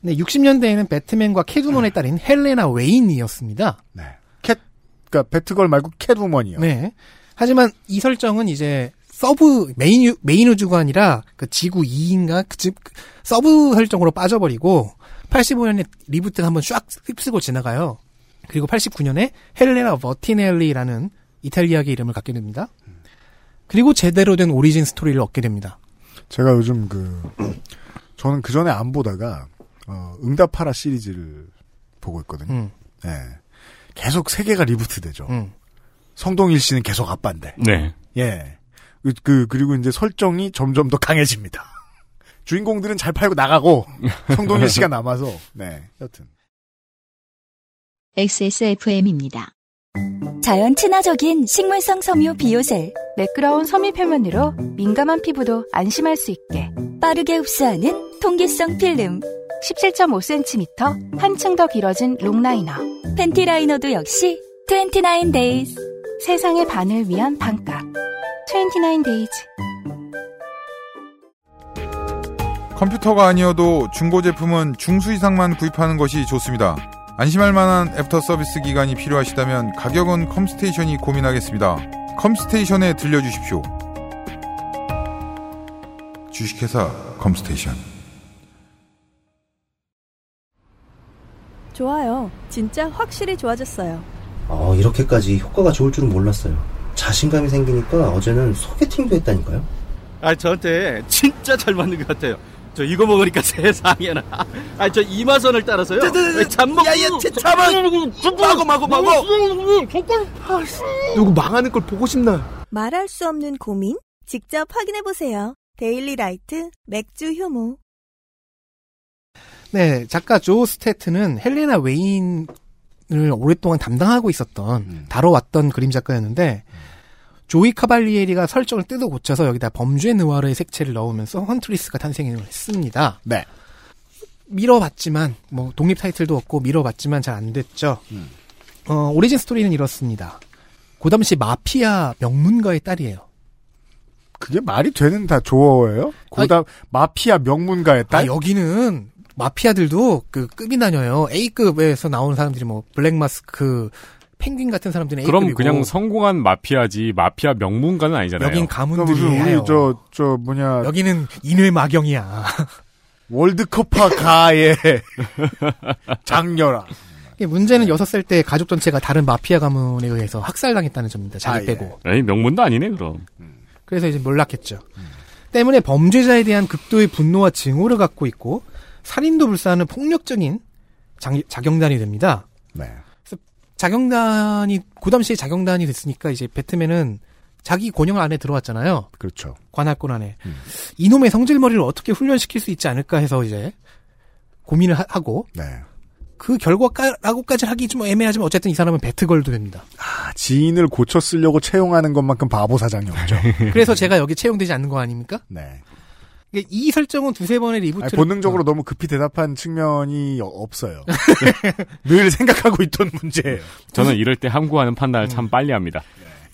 Speaker 8: 네, 60년대에는 배트맨과 캐두먼에 딸인 헬레나 웨인이었습니다.
Speaker 2: 네. 캣 그러니까 배트걸 말고 캣우먼이요.
Speaker 8: 네. 하지만 이 설정은 이제 서브 메인 유- 메인 우주가 아니라 그 지구 2인가 그즉 서브 설정으로 빠져버리고 85년에 리부트 한번 쫙 휩쓰고 지나가요. 그리고 89년에 헬레나 버티넬리라는 이탈리아계 이름을 갖게 됩니다. 그리고 제대로 된 오리진 스토리를 얻게 됩니다.
Speaker 2: 제가 요즘 그 저는 그 전에 안 보다가 어, 응답하라 시리즈를 보고 있거든요.
Speaker 8: 음,
Speaker 2: 예. 계속 세 개가 리부트되죠.
Speaker 8: 음.
Speaker 2: 성동일 씨는 계속 아빠인데.
Speaker 3: 네.
Speaker 2: 예. 그, 그, 그리고 이제 설정이 점점 더 강해집니다. 주인공들은 잘 팔고 나가고, 성동일 씨가 남아서, 네. 여튼.
Speaker 1: XSFM입니다.
Speaker 9: 자연 친화적인 식물성 섬유 비오셀
Speaker 10: 매끄러운 섬유 표면으로 민감한 피부도 안심할 수 있게
Speaker 9: 빠르게 흡수하는 통기성 필름
Speaker 10: 17.5cm 한층 더 길어진 롱라이너
Speaker 9: 팬티라이너도 역시 29 days
Speaker 10: 세상의 반을 위한 반값 29 days
Speaker 11: 컴퓨터가 아니어도 중고 제품은 중수 이상만 구입하는 것이 좋습니다. 안심할 만한 애프터 서비스 기간이 필요하시다면 가격은 컴스테이션이 고민하겠습니다. 컴스테이션에 들려주십시오. 주식회사 컴스테이션.
Speaker 10: 좋아요. 진짜 확실히 좋아졌어요.
Speaker 12: 어, 이렇게까지 효과가 좋을 줄은 몰랐어요. 자신감이 생기니까 어제는 소개팅도 했다니까요.
Speaker 13: 아 저한테 진짜 잘 맞는 것 같아요. 저 이거 먹으니까 세상에나. 아 저 이마선을 따라서요. 잠먹고 야야 잠만 마고 마고 마고. 아,
Speaker 4: 누구 망하는 걸 보고 싶나요?
Speaker 14: 말할 수 없는 고민? 직접 확인해보세요. 데일리 라이트 맥주 효모.
Speaker 8: 네, 작가 조 스테트는 헬레나 웨인을 오랫동안 담당하고 있었던 다뤄왔던 그림 작가였는데 조이 카발리에리가 설정을 뜯어 고쳐서 여기다 범죄 느와르의 색채를 넣으면서 헌트리스가 탄생을 했습니다.
Speaker 2: 네.
Speaker 8: 밀어봤지만 뭐 독립 타이틀도 없고 밀어봤지만 잘 안 됐죠. 어, 오리진 스토리는 이렇습니다. 고담시 마피아 명문가의 딸이에요.
Speaker 2: 그게 말이 되는 다 조어예요? 고담, 마피아 명문가의 딸?
Speaker 3: 네?
Speaker 8: 아, 여기는 마피아들도 그 급이 나뉘어요. A급에서 나오는 사람들이 뭐 블랙마스크, 펭귄 같은 사람들은
Speaker 3: 그럼
Speaker 8: A급이고
Speaker 3: 그냥 성공한 마피아지 마피아 명문가는 아니잖아요.
Speaker 8: 여긴
Speaker 2: 그러니까 무슨
Speaker 8: 가문들이에요.
Speaker 2: 우리 저, 저 뭐냐.
Speaker 8: 여기는 인외마경이야.
Speaker 2: 월드컵파 가의 장녀라.
Speaker 8: 이게 문제는 여섯 살 때 가족 전체가 다른 마피아 가문에 의해서 학살당했다는 점입니다. 자기
Speaker 2: 아, 예.
Speaker 8: 빼고.
Speaker 3: 에이, 명문도 아니네 그럼.
Speaker 8: 그래서 이제 몰락했죠. 때문에 범죄자에 대한 극도의 분노와 증오를 갖고 있고 살인도 불사하는 폭력적인 장- 자경단이 됩니다.
Speaker 2: 네.
Speaker 8: 자경단이 고담시에 자경단이 됐으니까 이제 배트맨은 자기 권영 안에 들어왔잖아요.
Speaker 2: 그렇죠.
Speaker 8: 관할권 안에 이놈의 성질머리를 어떻게 훈련시킬 수 있지 않을까 해서 이제 고민을 하, 고
Speaker 2: 네
Speaker 8: 그 결과라고까지 하기 좀 애매하지만 어쨌든 이 사람은 배트걸도 됩니다.
Speaker 2: 아, 지인을 고쳐 쓰려고 채용하는 것만큼 바보 사장이 없죠.
Speaker 8: 그래서 제가 여기 채용되지 않는 거 아닙니까?
Speaker 2: 네.
Speaker 8: 이게 이 설정은 두세 번의
Speaker 2: 아니,
Speaker 8: 리부트를
Speaker 2: 본능적으로 너무 급히 대답한 측면이 어- 없어요. 네. 늘 생각하고 있던 문제예요.
Speaker 3: 저는 이럴 때 함구하는 판단을
Speaker 8: 음.
Speaker 3: 참 빨리 합니다.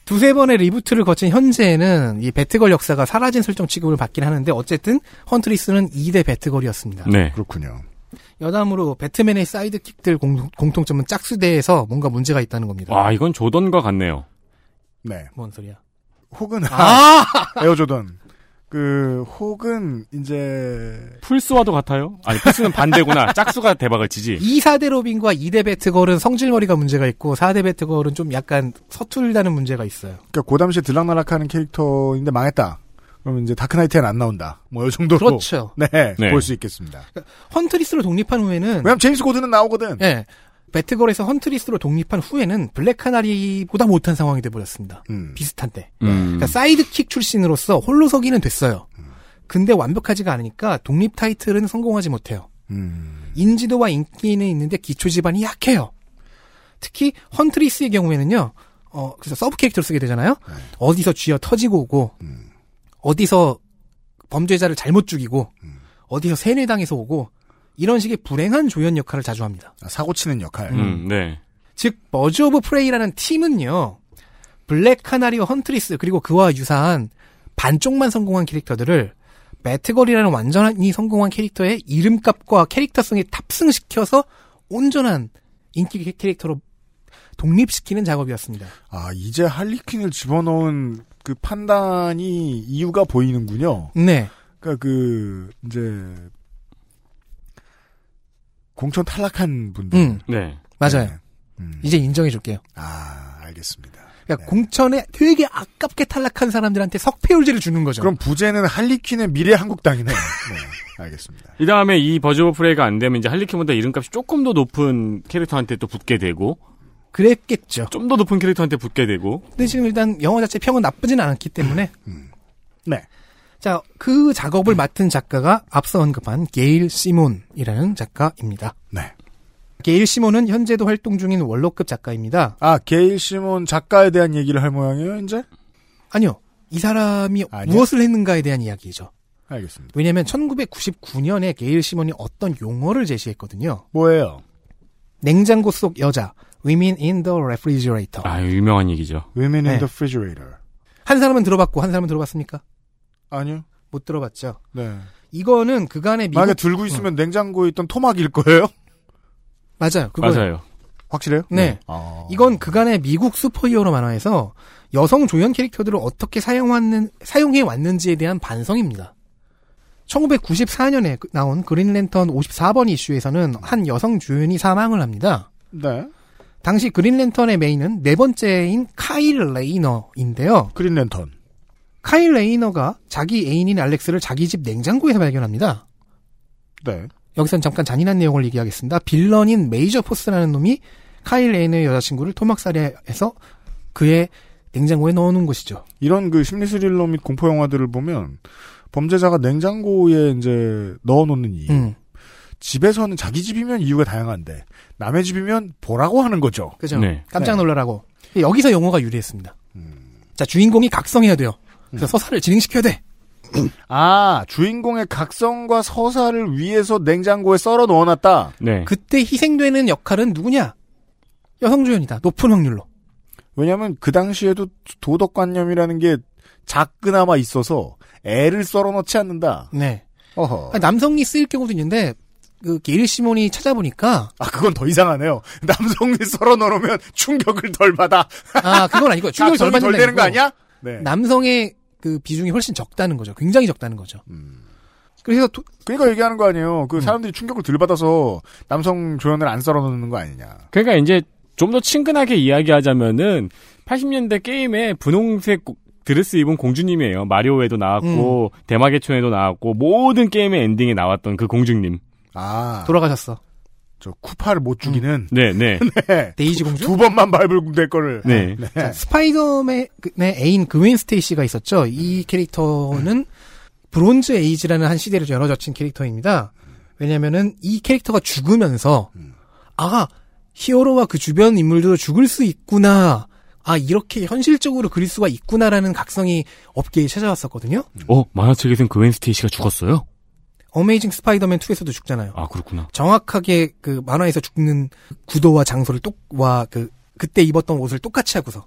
Speaker 8: 두세 번의 리부트를 거친 현재에는 이 배트걸 역사가 사라진 설정 취급을 받긴 하는데 어쨌든 헌트리스는 2대 배트걸이었습니다.
Speaker 3: 네.
Speaker 2: 그렇군요.
Speaker 8: 여담으로 배트맨의 사이드킥들 공, 공통점은 짝수대에서 뭔가 문제가 있다는 겁니다.
Speaker 3: 와, 이건 조던과 같네요.
Speaker 2: 네.
Speaker 8: 뭔 소리야?
Speaker 2: 혹은
Speaker 8: 아!
Speaker 2: 에어조던. 그 혹은 이제
Speaker 3: 풀스와도 같아요. 아니, 풀스는 반대구나. 짝수가 대박을 치지.
Speaker 8: 2, 4대 로빈과 2대 배트걸은 성질머리가 문제가 있고 4대 배트걸은 좀 약간 서툴다는 문제가 있어요.
Speaker 2: 그러니까 그 당시에 들락날락하는 캐릭터인데 망했다. 그럼 이제 다크나이트엔 안 나온다. 뭐 이 정도로
Speaker 8: 그렇죠.
Speaker 2: 네, 그러니까
Speaker 8: 네.
Speaker 2: 볼 수 있겠습니다.
Speaker 8: 헌트리스로 독립한 후에는
Speaker 2: 왜냐면 제임스 고드는 나오거든.
Speaker 8: 예. 배트걸에서 헌트리스로 독립한 후에는 블랙카나리보다 못한 상황이 돼버렸습니다.
Speaker 2: 음.
Speaker 8: 비슷한 때. 그러니까 사이드킥 출신으로서 홀로서기는 됐어요. 근데 완벽하지가 않으니까 독립 타이틀은 성공하지 못해요.
Speaker 2: 음.
Speaker 8: 인지도와 인기는 있는데 기초 지반이 약해요. 특히 헌트리스의 경우에는요. 어, 그래서 서브 캐릭터를 쓰게 되잖아요. 어디서 쥐어 터지고 오고 어디서 범죄자를 잘못 죽이고 어디서 세뇌당해서 오고 이런 식의 불행한 조연 역할을 자주 합니다.
Speaker 2: 아, 사고 치는 역할.
Speaker 3: 음, 네.
Speaker 8: 즉 머즈 오브 프레이라는 팀은요. 블랙 카나리와 헌트리스 그리고 그와 유사한 반쪽만 성공한 캐릭터들을 매트걸이라는 완전히 성공한 캐릭터의 이름값과 캐릭터성에 탑승시켜서 온전한 인기 캐릭터로 독립시키는 작업이었습니다.
Speaker 2: 아 이제 할리퀸을 집어넣은 그 판단이 이유가 보이는군요.
Speaker 8: 네.
Speaker 2: 그러니까 그 이제 공천 탈락한 분들. 음.
Speaker 8: 음.
Speaker 3: 네.
Speaker 8: 맞아요. 이제 인정해 줄게요.
Speaker 2: 아 알겠습니다.
Speaker 8: 그러니까 공천에 되게 아깝게 탈락한 사람들한테 석패율제를 주는 거죠.
Speaker 2: 그럼 부제는 할리퀸의 미래 한국당이네. 네, 알겠습니다.
Speaker 3: 이 다음에 이 버즈 오브 프레이가 안 되면 이제 할리퀸보다 이름값이 조금 더 높은 캐릭터한테 또 붙게 되고.
Speaker 8: 그랬겠죠.
Speaker 3: 좀 더 높은 캐릭터한테 붙게 되고.
Speaker 8: 근데 지금 일단 영화 자체 평은 나쁘진 않았기 때문에.
Speaker 2: 네.
Speaker 8: 자, 그
Speaker 2: 음.
Speaker 8: 작업을 맡은 작가가 앞서 언급한 게일 시몬이라는 작가입니다.
Speaker 2: 네.
Speaker 8: 게일 시몬은 현재도 활동 중인 원로급 작가입니다.
Speaker 2: 아, 게일 시몬 작가에 대한 얘기를 할 모양이에요, 이제?
Speaker 8: 아니요. 이 사람이
Speaker 2: 아니요?
Speaker 8: 무엇을 했는가에 대한 이야기죠.
Speaker 2: 알겠습니다.
Speaker 8: 왜냐면 1999년에 게일 시몬이 어떤 용어를 제시했거든요.
Speaker 2: 뭐예요?
Speaker 8: 냉장고 속 여자, women in the refrigerator.
Speaker 3: 아, 유명한 얘기죠.
Speaker 2: Women in
Speaker 8: 네.
Speaker 2: the refrigerator.
Speaker 8: 한 사람은 들어봤고 한 사람은 들어봤습니까?
Speaker 2: 아니요.
Speaker 8: 못 들어봤죠.
Speaker 2: 네.
Speaker 8: 이거는 그간의 미국 어.
Speaker 2: 만약에 들고 있으면 냉장고에 있던 토막일 거예요?
Speaker 8: 맞아요. 그거예요. 맞아요.
Speaker 2: 확실해요?
Speaker 8: 네. 이건 그간의 미국 슈퍼히어로 만화에서 여성 조연 캐릭터들을 어떻게 사용하는 사용해 왔는지에 대한 반성입니다. 1994년에 그 나온 그린랜턴 54번 이슈에서는 한 여성 주연이 사망을 합니다.
Speaker 2: 네.
Speaker 8: 당시 그린랜턴의 메인은 네 번째인 카일 레이너인데요.
Speaker 2: 그린랜턴.
Speaker 8: 카일 레이너가 자기 애인인 알렉스를 자기 집 냉장고에서 발견합니다.
Speaker 2: 네.
Speaker 8: 여기선 잠깐 잔인한 내용을 얘기하겠습니다. 빌런인 메이저 포스라는 놈이 카일 레이너의 여자친구를 토막살해해서 그의 냉장고에 넣어놓은 것이죠.
Speaker 2: 이런 그 심리 스릴러 및 공포 영화들을 보면 범죄자가 냉장고에 이제 넣어놓는 이유.
Speaker 8: 음.
Speaker 2: 집에서는 자기 집이면 이유가 다양한데 남의 집이면 보라고 하는 거죠.
Speaker 8: 그죠?
Speaker 2: 네.
Speaker 8: 네. 깜짝 놀라라고. 여기서 영어가 유리했습니다.
Speaker 2: 음.
Speaker 8: 자, 주인공이 각성해야 돼요. 그래서 서사를 진행시켜야 돼.
Speaker 2: 네. 아 주인공의 각성과 서사를 위해서 냉장고에 썰어 넣어놨다.
Speaker 3: 네.
Speaker 8: 그때 희생되는 역할은 누구냐? 여성 주연이다. 높은 확률로.
Speaker 2: 왜냐하면 그 당시에도 도덕관념이라는 게 작그나마 있어서 애를 썰어 넣지 않는다.
Speaker 8: 네.
Speaker 2: 어허.
Speaker 8: 아니, 남성이 쓰일 경우도 있는데 그 게일 시몬이 찾아보니까
Speaker 2: 아 그건 더 이상하네요. 남성이 썰어 넣으면 충격을 덜 받아.
Speaker 8: 아, 그건 아니고 충격이 덜 어.
Speaker 2: 각성이
Speaker 8: 받는다는
Speaker 2: 되는 거
Speaker 8: 거고.
Speaker 2: 아니야? 네.
Speaker 8: 남성의 그 비중이 훨씬 적다는 거죠. 굉장히 적다는 거죠. 그래서 도-
Speaker 2: 그러니까 얘기하는 거 아니에요. 그 사람들이 충격을 덜 받아서 남성 조연을 안 썰어 넣는 거 아니냐.
Speaker 3: 그러니까 이제 좀 더 친근하게 이야기하자면은 80년대 게임에 분홍색 고- 드레스 입은 공주님이에요. 마리오에도 나왔고 대마의 촌에도 나왔고 모든 게임의 엔딩에 나왔던 그 공주님.
Speaker 2: 아
Speaker 8: 돌아가셨어.
Speaker 2: 저 쿠파를 못 죽이는.
Speaker 3: 네, 네.
Speaker 2: 네.
Speaker 8: 데이지 공주
Speaker 2: 두 번만 밟을 될 거를.
Speaker 3: 네.
Speaker 8: 자, 스파이더맨의 애인 그웬 스테이시가 있었죠. 이 캐릭터는 브론즈 에이지라는 한 시대를 열어젖힌 캐릭터입니다. 왜냐면은 이 캐릭터가 죽으면서
Speaker 2: 음.
Speaker 8: 아 히어로와 그 주변 인물들도 죽을 수 있구나. 아 이렇게 현실적으로 그릴 수가 있구나라는 각성이 업계에 찾아왔었거든요.
Speaker 2: 음.
Speaker 3: 어, 만화책에선 그웬 스테이시가 죽었어요?
Speaker 8: 어메이징 스파이더맨 2에서도 죽잖아요.
Speaker 3: 아, 그렇구나.
Speaker 8: 정확하게 그 만화에서 죽는 구도와 장소를 똑와그 그때 입었던 옷을 똑같이 하고서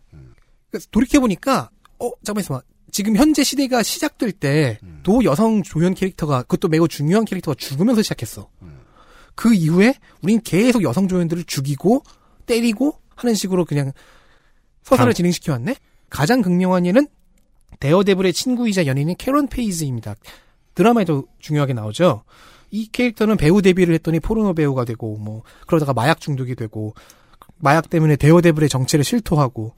Speaker 8: 그래서 돌이켜 보니까 어 잠깐만 있어봐 지금 현재 시대가
Speaker 3: 음. 음.
Speaker 8: 시작될 때도 여성 조연 캐릭터가 그것도 매우 중요한 캐릭터가 죽으면서 시작했어. 그 이후에 우린 계속 여성 조연들을 죽이고 때리고 하는 식으로 그냥 서사를 진행시켜 왔네. 가장 극명한 예는 데어데블의 친구이자 연인인 캐런 페이즈입니다. 드라마에도 중요하게 나오죠. 이 캐릭터는 배우 데뷔를 했더니 포르노 배우가 되고 뭐 그러다가 마약 중독이 되고 마약 때문에 데어데블의 정체를 실토하고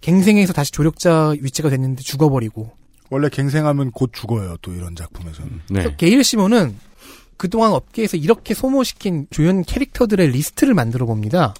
Speaker 8: 갱생해서 다시 조력자 위치가 됐는데 죽어버리고
Speaker 2: 원래 갱생하면 곧 죽어요. 또 이런 작품에서는.
Speaker 3: 네.
Speaker 8: 그래서 게일 시몬은 그동안 업계에서 이렇게 소모시킨 조연 캐릭터들의 리스트를 만들어 봅니다.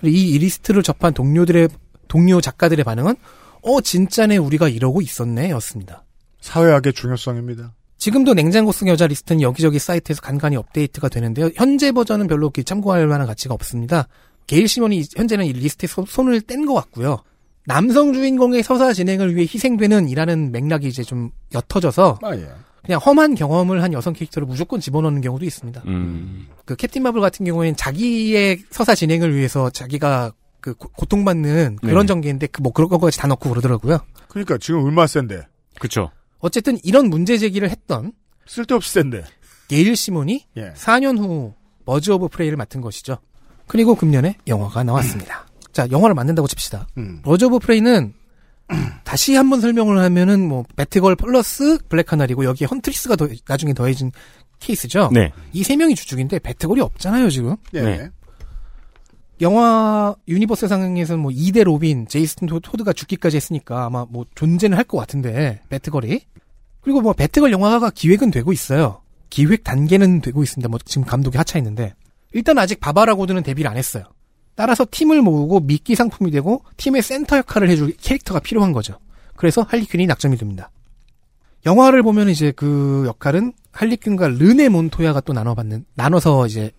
Speaker 8: 그리고 이 리스트를 접한 동료들의 동료 작가들의 반응은 어 진짜네 우리가 이러고 있었네였습니다.
Speaker 2: 사회학의 중요성입니다.
Speaker 8: 지금도 냉장고 속 여자 리스트는 여기저기 사이트에서 간간히 업데이트가 되는데요. 현재 버전은 별로 이렇게 참고할 만한 가치가 없습니다. 게일 시몬이 현재는 이 리스트에 손- 손을 뗀 것 같고요. 남성 주인공의 서사 진행을 위해 희생되는 이라는 맥락이 이제 좀 옅어져서
Speaker 2: 아, 예.
Speaker 8: 그냥 험한 경험을 한 여성 캐릭터를 무조건 집어넣는 경우도 있습니다.
Speaker 3: 음.
Speaker 8: 그 캡틴 마블 같은 경우에는 자기의 서사 진행을 위해서 자기가 그 고- 고통받는
Speaker 2: 네.
Speaker 8: 그런 전개인데 그 뭐 그런 것까지 다 넣고 그러더라고요.
Speaker 2: 그러니까 지금 얼마 센데.
Speaker 3: 그쵸.
Speaker 8: 어쨌든 이런 문제 제기를 했던
Speaker 2: 쓸데없이 센데
Speaker 8: 예일 시몬이
Speaker 2: 예.
Speaker 8: 4년 후 머즈 오브 프레이를 맡은 것이죠. 그리고 금년에 영화가 나왔습니다. 자, 영화를 만든다고 칩시다.
Speaker 2: 음.
Speaker 8: 머즈 오브 프레이는 다시 한번 설명을 하면은 뭐 배트걸 플러스 블랙카나리고 여기에 헌트리스가 더- 나중에 더해진 케이스죠.
Speaker 3: 네.
Speaker 8: 이 세 명이 주축인데 배트걸이 없잖아요, 지금.
Speaker 2: 네.
Speaker 8: 영화 유니버스 상에서는 뭐 2대 로빈, 제이슨 토- 토드가 죽기까지 했으니까 아마 뭐 존재는 할 것 같은데 배트걸이 그리고 뭐 배트걸 영화가 기획은 되고 있어요. 기획 단계는 되고 있습니다. 뭐 지금 감독이 하차했는데 일단 아직 바바라고드는 데뷔를 안 했어요. 따라서 팀을 모으고 미끼 상품이 되고 팀의 센터 역할을 해줄 캐릭터가 필요한 거죠. 그래서 할리퀸이 낙점이 됩니다. 영화를 보면 이제 그 역할은 할리퀸과 르네 몬토야가 또 나눠받는 나눠서 이제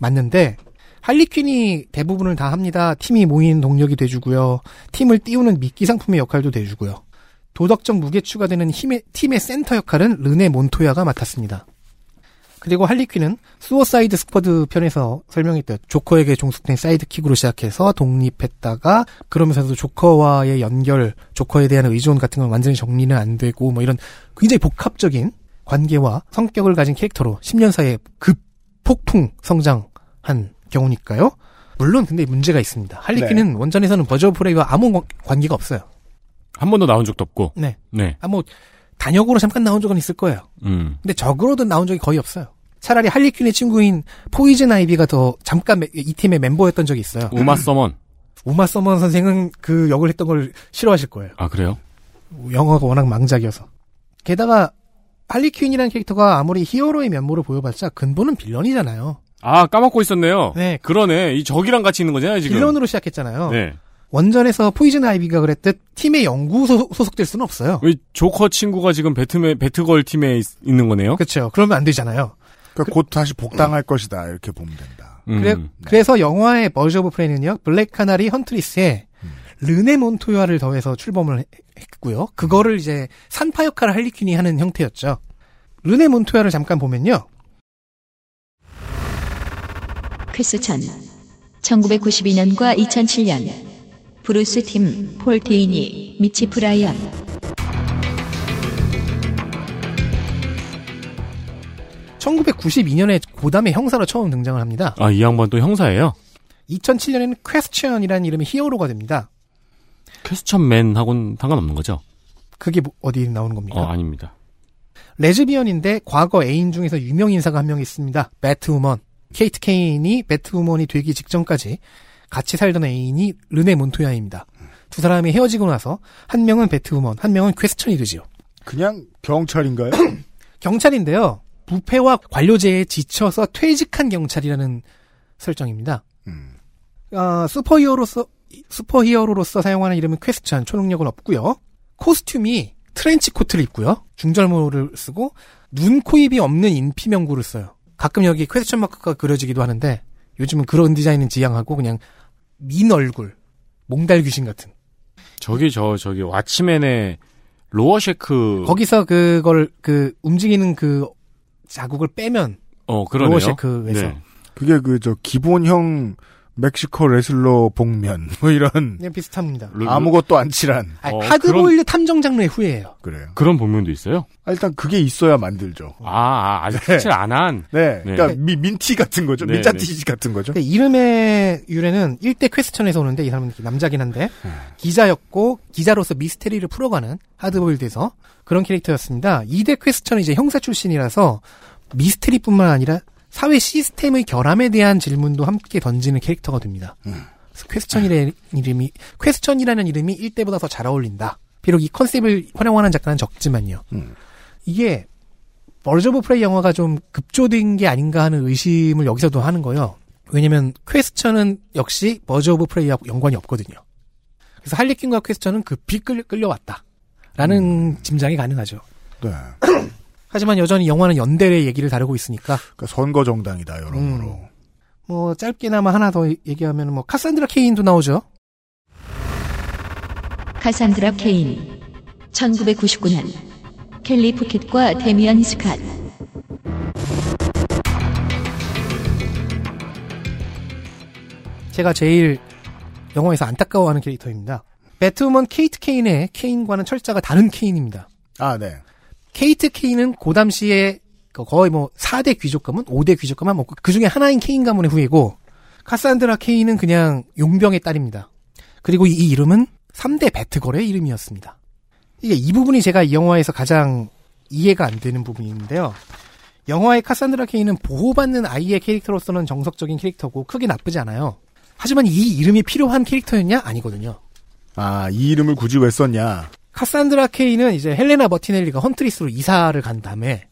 Speaker 8: 맞는데 할리퀸이 대부분을 다 합니다. 팀이 모이는 동력이 돼주고요. 팀을 띄우는 미끼 상품의 역할도 돼주고요. 도덕적 무게추가 되는 힘의, 팀의 센터 역할은 르네 몬토야가 맡았습니다. 그리고 할리퀸은 수어사이드 스쿼드 편에서 설명했듯 조커에게 종속된 사이드킥으로 시작해서 독립했다가 그러면서도 조커와의 연결, 조커에 대한 의존 같은 건 완전히 정리는 안 되고 뭐 이런 굉장히 복합적인 관계와 성격을 가진 캐릭터로 10년 사이에 급폭풍 성장한 경우니까요. 물론 근데 문제가 있습니다. 할리퀸은 원전에서는 버저 프레이와 아무 관- 관계가 없어요.
Speaker 3: 한 번도 나온 적도 없고.
Speaker 8: 네.
Speaker 3: 네.
Speaker 8: 아, 뭐, 단역으로 잠깐 나온 적은 있을 거예요.
Speaker 3: 음.
Speaker 8: 근데 적으로도 나온 적이 거의 없어요. 차라리 할리퀸의 친구인 포이즌 아이비가 더 잠깐 매- 이 팀의 멤버였던 적이 있어요.
Speaker 3: 우마 서먼.
Speaker 8: 우마 서먼 선생은 그 역을 했던 걸 싫어하실 거예요.
Speaker 3: 아, 그래요?
Speaker 8: 영화가 워낙 망작이어서. 게다가 할리퀸이라는 캐릭터가 아무리 히어로의 면모를 보여봤자 근본은 빌런이잖아요.
Speaker 3: 아, 까먹고 있었네요.
Speaker 8: 네.
Speaker 3: 그러네. 이 적이랑 같이 있는 거잖아요, 지금.
Speaker 8: 빌런으로 시작했잖아요.
Speaker 3: 네.
Speaker 8: 원전에서 포이즌 아이비가 그랬듯 팀의 연구 소- 소속될 수는 없어요.
Speaker 3: 이 조커 친구가 지금 배트맨, 배트걸 팀에 있, 는 거네요.
Speaker 8: 그렇죠. 그러면 안 되잖아요.
Speaker 2: 그러니까 곧 다시 복당할 것이다 이렇게 보면 된다.
Speaker 8: 그래,
Speaker 3: 네.
Speaker 2: 음.
Speaker 8: 그래서 영화의 버즈 오브 프레이는요, 블랙 카나리 헌트리스에 르네 몬토야를 더해서 출범을 해- 했고요. 그거를 이제 산파 역할을 할리퀸이 하는 형태였죠. 르네 몬토야를 잠깐 보면요.
Speaker 1: 퀘스천 1992년과 2007년 브루스 팀, 폴 데이니, 미치 브라이언
Speaker 8: 이 1992년에 고담의 형사로 처음 등장을 합니다.
Speaker 3: 아, 이 양반 또 형사예요?
Speaker 8: 2007년에는 퀘스천이라는 이름의 히어로가 됩니다.
Speaker 3: 퀘스천맨하고는 상관없는 거죠?
Speaker 8: 그게 뭐- 어디 나오는 겁니까?
Speaker 3: 어, 아닙니다.
Speaker 8: 레즈비언인데 과거 애인 중에서 유명 인사가 한 명 있습니다. 배트우먼. 케이트 케인이 배트우먼이 되기 직전까지 같이 살던 애인이 르네 몬토야입니다. 두 사람이 헤어지고 나서 한 명은 배트우먼, 한 명은 퀘스천이 되지요.
Speaker 2: 그냥 경찰인가요?
Speaker 8: 경찰인데요. 부패와 관료제에 지쳐서 퇴직한 경찰이라는 설정입니다. 아, 슈퍼히어로서 슈퍼히어로로서 사용하는 이름은 퀘스천, 초능력은 없고요. 코스튬이 트렌치 코트를 입고요. 중절모를 쓰고 눈, 코, 입이 없는 인피 명구를 써요. 가끔 여기 퀘스천 마크가 그려지기도 하는데 요즘은 그런 디자인은 지양하고 그냥 민 얼굴, 몽달 귀신 같은.
Speaker 3: 저기, 저, 저기, 왓츠맨의 로어쉐크.
Speaker 8: 거기서 그걸 그 움직이는 그 자국을 빼면
Speaker 3: 어, 그러네요.
Speaker 8: 로어쉐크에서
Speaker 3: 네.
Speaker 2: 그게 그 저 기본형 멕시코 레슬러 복면 뭐 이런
Speaker 8: 그냥 비슷합니다.
Speaker 2: 아무것도 안 칠한
Speaker 8: 아니, 하드보일드 탐정 장르의 후예예요.
Speaker 2: 그래요.
Speaker 3: 그런 복면도 있어요?
Speaker 2: 아, 일단 그게 있어야 만들죠.
Speaker 3: 아, 아 아직 색칠 안 한.
Speaker 2: 네. 그러니까 미- 민티 같은 거죠.
Speaker 3: 네,
Speaker 2: 민자티지 같은 거죠.
Speaker 8: 근데 그러니까 이름의 유래는 1대 퀘스천에서 오는데 이 사람은 남자긴 한데 기자였고 기자로서 미스테리를 풀어가는 하드보일드에서 그런 캐릭터였습니다. 2대 퀘스천은 이제 형사 출신이라서 미스테리뿐만 아니라 사회 시스템의 결함에 대한 질문도 함께 던지는 캐릭터가 됩니다. 그래서 퀘스천이라는 이름이 퀘스천이라는 이름이 1대보다 더 잘 어울린다. 비록 이 컨셉을 활용하는 작가는 적지만요. 이게 버즈 오브 프레이 영화가 좀 급조된 게 아닌가 하는 의심을 여기서도 하는 거예요. 왜냐면 퀘스천은 역시 버즈 오브 프레이와 연관이 없거든요. 그래서 할리퀸과 퀘스천은 급히 끌, 끌려왔다. 라는 짐작이 가능하죠.
Speaker 2: 네.
Speaker 8: 하지만 여전히 영화는 연대의 얘기를 다루고 있으니까.
Speaker 2: 그러니까 선거 정당이다 여러모로.
Speaker 8: 뭐 짧게나마 하나 더 얘기하면 뭐 카산드라 케인도 나오죠.
Speaker 1: 카산드라 케인 1999년 켈리 푸켓과 데미안 스캇
Speaker 8: 제가 제일 영화에서 안타까워하는 캐릭터입니다. 배트우먼 케이트 케인의 케인과는 철자가 다른 케인입니다.
Speaker 2: 아, 네.
Speaker 8: 케이트 케인은 그 당시에 그 거의 뭐 4대 귀족 가문, 5대 귀족 가문 뭐그 중에 하나인 케인 가문의 후예고 카산드라 케인은 그냥 용병의 딸입니다. 그리고 이 이름은 3대 배트걸의 이름이었습니다. 이게 이 부분이 제가 이 영화에서 가장 이해가 안 되는 부분이 있는데요. 영화의 카산드라 케인은 보호받는 아이의 캐릭터로서는 정석적인 캐릭터고 크게 나쁘지 않아요. 하지만 이 이름이 필요한 캐릭터였냐? 아니거든요.
Speaker 2: 아, 이 이름을 굳이 왜 썼냐?
Speaker 8: 카산드라 케인은 이제 헬레나 버티넬리가 헌트리스로 이사를 간 다음에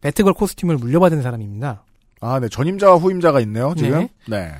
Speaker 8: 배트걸 코스튬을 물려받은 사람입니다.
Speaker 2: 아, 네. 전임자와 후임자가 있네요, 지금. 네.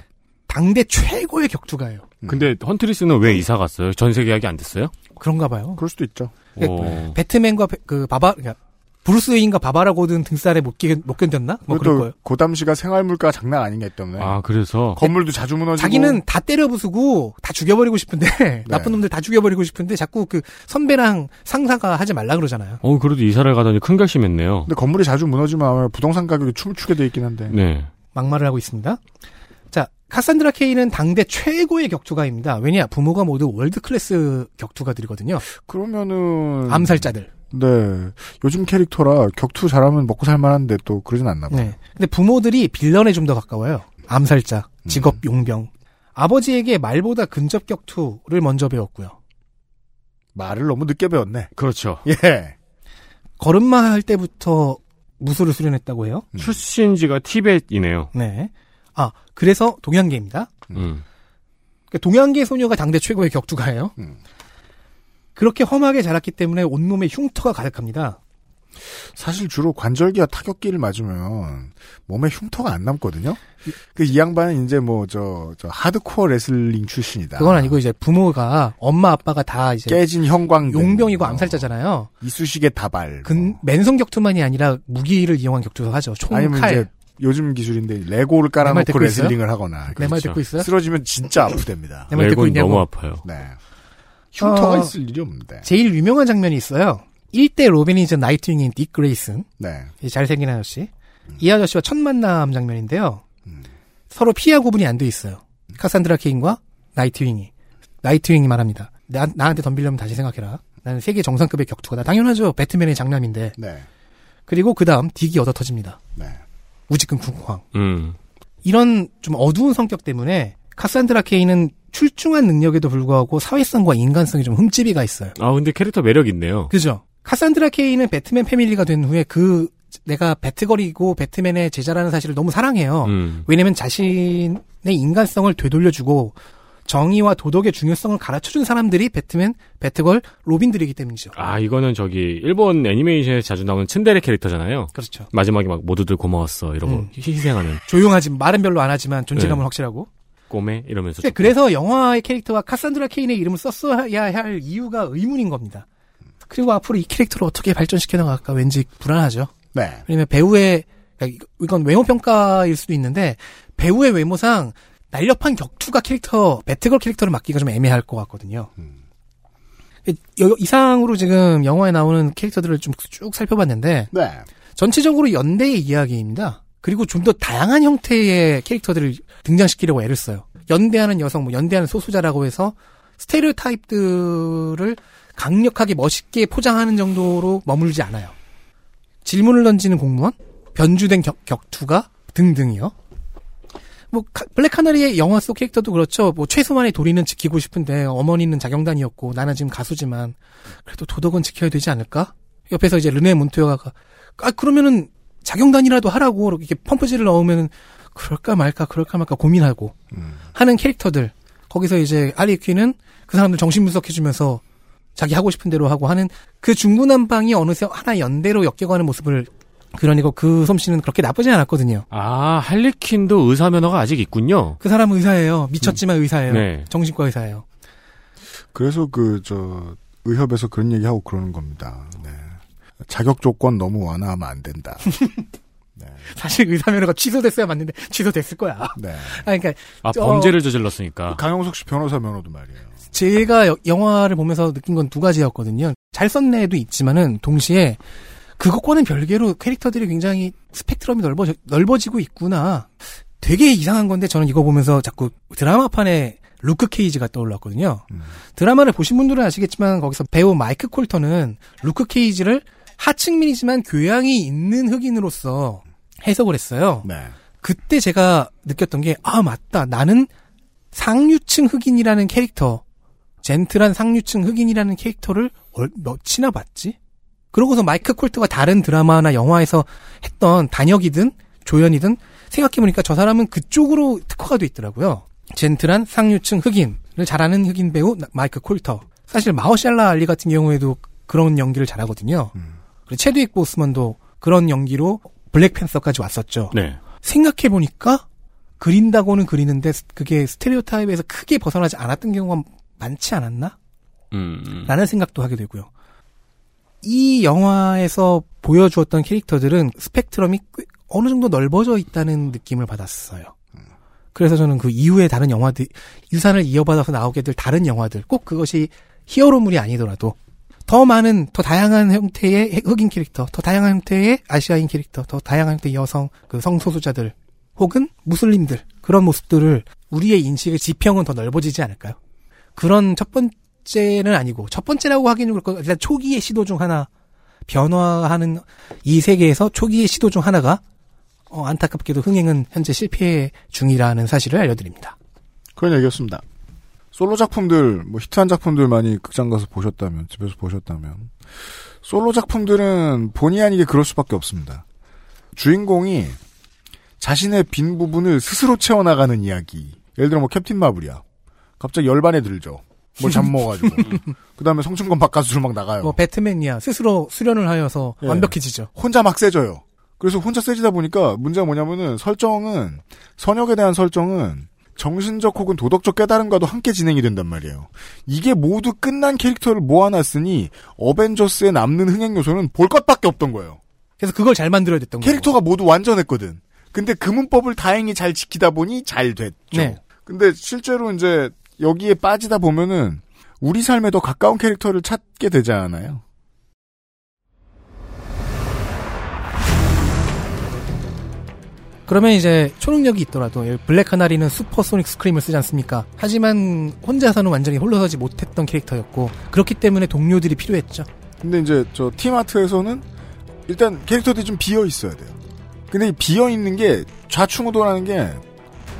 Speaker 8: 당대 최고의 격투가예요.
Speaker 3: 근데 헌트리스는 왜 이사 갔어요? 전세 계약이 안 됐어요?
Speaker 8: 그런가 봐요. 그러니까
Speaker 2: 그럴 수도 있죠.
Speaker 3: 오.
Speaker 8: 배트맨과 베- 그 바바 그러니까 브루스 웨인과 바바라 고든 등살에 못, 견- 못 견뎠나? 뭐 그럴 거예요.
Speaker 2: 그것도 고담시가 생활물가 장난 아니기 때문에.
Speaker 3: 아 그래서
Speaker 2: 건물도 자주 무너지고. 네.
Speaker 8: 자기는 다 때려 부수고 다 죽여버리고 싶은데 나쁜 놈들 다 죽여버리고 싶은데 자꾸 그 선배랑 상사가 하지 말라 그러잖아요.
Speaker 3: 어 그래도 이사를 가다니 큰 결심했네요.
Speaker 2: 근데 건물이 자주 무너지면 아마 부동산 가격이 춤추게 돼 있긴 한데.
Speaker 3: 네.
Speaker 8: 막말을 하고 있습니다. 자, 카산드라 케이는 당대 최고의 격투가입니다. 왜냐, 부모가 모두 월드 클래스 격투가들이거든요.
Speaker 2: 그러면은
Speaker 8: 암살자들.
Speaker 2: 네. 요즘 캐릭터라 격투 잘하면 먹고 살 만한데 또 그러진 않나 봐요.
Speaker 8: 네. 근데 부모들이 빌런에 좀 더 가까워요. 암살자,
Speaker 2: 음.
Speaker 8: 직업 용병. 아버지에게 말보다 근접 격투를 먼저 배웠고요.
Speaker 2: 말을 너무 늦게 배웠네.
Speaker 3: 그렇죠.
Speaker 2: 예.
Speaker 8: 걸음마 할 때부터 무술을 수련했다고 해요.
Speaker 2: 음.
Speaker 3: 음. 출신지가 티벳이네요.
Speaker 8: 네. 아, 그래서 동양계입니다.
Speaker 3: 음.
Speaker 8: 그러니까 동양계 소녀가 당대 최고의 격투가예요.
Speaker 2: 음.
Speaker 8: 그렇게 험하게 자랐기 때문에 온몸에 흉터가 가득합니다.
Speaker 2: 사실 주로 관절기와 타격기를 맞으면 몸에 흉터가 안 남거든요. 그 이 양반은 이제 뭐 저 저 하드코어 레슬링 출신이다.
Speaker 8: 그건 아니고 이제 부모가 엄마 아빠가 다 이제
Speaker 2: 깨진 형광
Speaker 8: 용병이고 암살자잖아요.
Speaker 2: 이쑤시개 다발. 뭐.
Speaker 8: 근 맨손 격투만이 아니라 무기를 이용한 격투도 하죠. 총,
Speaker 2: 어. 아니면
Speaker 8: 칼.
Speaker 2: 이제 요즘 기술인데 레고를
Speaker 8: 내말
Speaker 2: 깔아놓고
Speaker 8: 듣고
Speaker 2: 레슬링을
Speaker 8: 있어요?
Speaker 2: 하거나.
Speaker 8: 네, 내말 듣고 있어요?
Speaker 2: 쓰러지면 진짜 아프답니다.
Speaker 3: 뭐
Speaker 8: 내말 듣고 있냐고.
Speaker 2: 네. 흉터가
Speaker 8: 어,
Speaker 2: 있을 일이 없는데.
Speaker 8: 제일 유명한 장면이 있어요. 1대 로빈이즈 나이트윙인 딕 그레이슨.
Speaker 2: 네.
Speaker 8: 이 잘생긴 아저씨.
Speaker 2: 음.
Speaker 8: 이 아저씨와 첫 만남 장면인데요. 서로 피하 구분이 안 돼 있어요. 카산드라 케인과 나이트윙이. 나이트윙이 말합니다. 나, 나한테 덤비려면 다시 생각해라. 나는 세계 정상급의 격투가다. 당연하죠. 배트맨의 장남인데.
Speaker 2: 네.
Speaker 8: 그리고 그 다음 딕이 얻어 터집니다.
Speaker 2: 네.
Speaker 8: 우직근 궁황.
Speaker 3: 음.
Speaker 8: 이런 좀 어두운 성격 때문에 카산드라 케인은 출중한 능력에도 불구하고 사회성과 인간성이 좀 흠집이가 있어요.
Speaker 3: 아 근데 캐릭터 매력 있네요.
Speaker 8: 그죠? 카산드라 케인은 배트맨 패밀리가 된 후에 그 내가 배트걸이고 배트맨의 제자라는 사실을 너무 사랑해요.
Speaker 3: 음.
Speaker 8: 왜냐면 자신의 인간성을 되돌려주고 정의와 도덕의 중요성을 가르쳐준 사람들이 배트맨, 배트걸, 로빈들이기 때문이죠.
Speaker 3: 아 이거는 저기 일본 애니메이션에 서 자주 나오는 츤데레 캐릭터잖아요.
Speaker 8: 그렇죠.
Speaker 3: 마지막에 막 모두들 고마웠어 이러고
Speaker 8: 음.
Speaker 3: 희생하는
Speaker 8: 조용하지 말은 별로 안 하지만 존재감은
Speaker 3: 네.
Speaker 8: 확실하고.
Speaker 3: 꼬매 이러면서.
Speaker 8: 근데 그래서 영화의 캐릭터와 카산드라 케인의 이름을 썼어야 할 이유가 의문인 겁니다. 그리고 앞으로 이 캐릭터를 어떻게 발전시켜 나갈까 왠지 불안하죠.
Speaker 2: 네.
Speaker 8: 왜냐면 배우의 그러니까 이거- 이건 외모 평가일 수도 있는데 배우의 외모상 날렵한 격투가 캐릭터 배트걸 캐릭터를 맡기가 좀 애매할 것 같거든요. 이- 여- 이상으로 지금 영화에 나오는 캐릭터들을 좀 쭉 살펴봤는데
Speaker 2: 네.
Speaker 8: 전체적으로 연대의 이야기입니다. 그리고 좀 더 다양한 형태의 캐릭터들을 등장시키려고 애를 써요. 연대하는 여성, 뭐 연대하는 소수자라고 해서 스테레오 타입들을 강력하게 멋있게 포장하는 정도로 머물지 않아요. 질문을 던지는 공무원, 변주된 격, 격투가 등등이요. 뭐 카- 블랙 카나리의 영화 속 캐릭터도 그렇죠. 뭐 최소한의 도리는 지키고 싶은데 어머니는 자경단이었고 나는 지금 가수지만 그래도 도덕은 지켜야 되지 않을까? 옆에서 이제 르네 몬토요가 아 그러면은 자경단이라도 하라고 이렇게 펌프질을 넣으면은 그럴까 말까 그럴까 말까 고민하고 하는 캐릭터들 거기서 이제 아리퀸은 그 사람들 정신 분석해주면서 자기 하고 싶은 대로 하고 하는 그 중구난방이 어느새 하나 연대로 엮여가는 모습을 그러니까 그 솜씨는 그렇게 나쁘지 않았거든요.
Speaker 3: 아, 할리퀸도 의사 면허가 아직 있군요.
Speaker 8: 그 사람은 의사예요. 미쳤지만 의사예요.
Speaker 3: 네.
Speaker 8: 정신과 의사예요.
Speaker 2: 그래서 그 저 의협에서 그런 얘기하고 그러는 겁니다. 네. 자격 조건 너무 완화하면 안 된다.
Speaker 8: 사실 의사면허가 취소됐어야 맞는데 취소됐을 거야.
Speaker 2: 네.
Speaker 8: 아니, 그러니까
Speaker 3: 아,
Speaker 8: 저- 그
Speaker 3: 범죄를 저질렀으니까.
Speaker 2: 강영석 씨 변호사 면허도 말이에요.
Speaker 8: 제가 여- 영화를 보면서 느낀 건 두 가지였거든요. 잘 썼네도 있지만은 동시에 그것과는 별개로 캐릭터들이 굉장히 스펙트럼이 넓어 넓어지고 있구나. 되게 이상한 건데 저는 이거 보면서 자꾸 드라마판에 루크 케이지가 떠올랐거든요. 드라마를 보신 분들은 아시겠지만 거기서 배우 마이크 콜터는 루크 케이지를 하층민이지만 교양이 있는 흑인으로서 해석을 했어요. 그때 제가 느꼈던 게, 아, 맞다. 나는 상류층 흑인이라는 캐릭터, 젠틀한 상류층 흑인이라는 캐릭터를 얼, 몇이나 봤지? 그러고서 마이크 콜트가 다른 드라마나 영화에서 했던 단역이든 조연이든 생각해보니까 저 사람은 그쪽으로 특화가 돼 있더라고요. 젠틀한 상류층 흑인을 잘하는 흑인 배우 나- 마이크 콜터. 사실 마허샬라 알리 같은 경우에도 그런 연기를 잘하거든요. 그리고 체드윅 보스만도 그런 연기로 블랙팬서까지 왔었죠.
Speaker 3: 네.
Speaker 8: 생각해보니까 그린다고는 그리는데 스- 그게 스테레오 타입에서 크게 벗어나지 않았던 경우가 많지 않았나?
Speaker 3: 음.
Speaker 8: 라는 생각도 하게 되고요. 이 영화에서 보여주었던 캐릭터들은 스펙트럼이 꽤 어느 정도 넓어져 있다는 느낌을 받았어요. 그래서 저는 그 이후에 다른 영화들, 유산을 이어받아서 나오게 될 다른 영화들, 꼭 그것이 히어로물이 아니더라도 더 많은, 더 다양한 형태의 흑인 캐릭터, 더 다양한 형태의 아시아인 캐릭터, 더 다양한 형태의 여성, 그 성소수자들, 혹은 무슬림들, 그런 모습들을 우리의 인식의 지평은 더 넓어지지 않을까요? 그런 첫 번째는 아니고 첫 번째라고 하기는 그렇고 일단 초기의 시도 중 하나 변화하는 이 세계에서 초기의 시도 중 하나가 어, 안타깝게도 흥행은 현재 실패 중이라는 사실을 알려드립니다.
Speaker 2: 그런 얘기였습니다. 솔로 작품들, 뭐 히트한 작품들 많이 극장 가서 보셨다면, 집에서 보셨다면, 솔로 작품들은 본의 아니게 그럴 수밖에 없습니다. 주인공이 자신의 빈 부분을 스스로 채워나가는 이야기. 예를 들어 뭐 캡틴 마블이야. 갑자기 열반에 들죠. 뭘 잡먹어가지고. 그 다음에 성층권 바깥으로 막 나가요.
Speaker 8: 뭐 배트맨이야 스스로 수련을 하여서
Speaker 2: 예.
Speaker 8: 완벽해지죠.
Speaker 2: 혼자 막 세져요. 그래서 혼자 세지다 보니까 문제가 뭐냐면은 설정은 선역에 대한 설정은 정신적 혹은 도덕적 깨달음과도 함께 진행이 된단 말이에요. 이게 모두 끝난 캐릭터를 모아놨으니 어벤져스에 남는 흥행 요소는 볼 것밖에 없던 거예요.
Speaker 8: 그래서 그걸 잘 만들어야 됐던
Speaker 2: 거예요. 캐릭터가 모두 완전했거든. 근데 그 문법을 다행히 잘 지키다 보니 잘 됐죠.
Speaker 8: 네.
Speaker 2: 근데 실제로 이제 여기에 빠지다 보면은 우리 삶에 더 가까운 캐릭터를 찾게 되지 않아요?
Speaker 8: 그러면 이제 초능력이 있더라도 이 블랙 카나리는 슈퍼소닉 스크림을 쓰지 않습니까? 하지만 혼자서는 완전히 홀로 서지 못했던 캐릭터였고 그렇기 때문에 동료들이 필요했죠.
Speaker 2: 근데 이제 저 팀아트에서는 일단 캐릭터들이 좀 비어 있어야 돼요. 근데 이 비어 있는 게 좌충우돌하는 게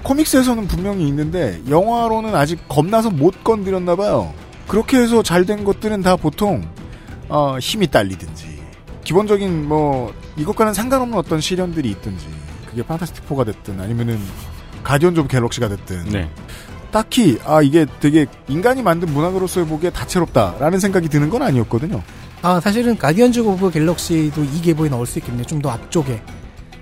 Speaker 2: 코믹스에서는 분명히 있는데 영화로는 아직 겁나서 못 건드렸나 봐요. 그렇게 해서 잘 된 것들은 다 보통 어, 힘이 딸리든지 기본적인 뭐 이것과는 상관없는 어떤 시련들이 있든지 그게 판타스틱 4가 됐든 아니면은 가디언즈 오브 갤럭시가 됐든
Speaker 3: 네.
Speaker 2: 딱히 아 이게 되게 인간이 만든 문학으로서의 보기에 다채롭다라는 생각이 드는 건 아니었거든요.
Speaker 8: 아 사실은 가디언즈 오브 갤럭시도 이 계보에 넣을 수 있겠네요. 좀 더 앞쪽에,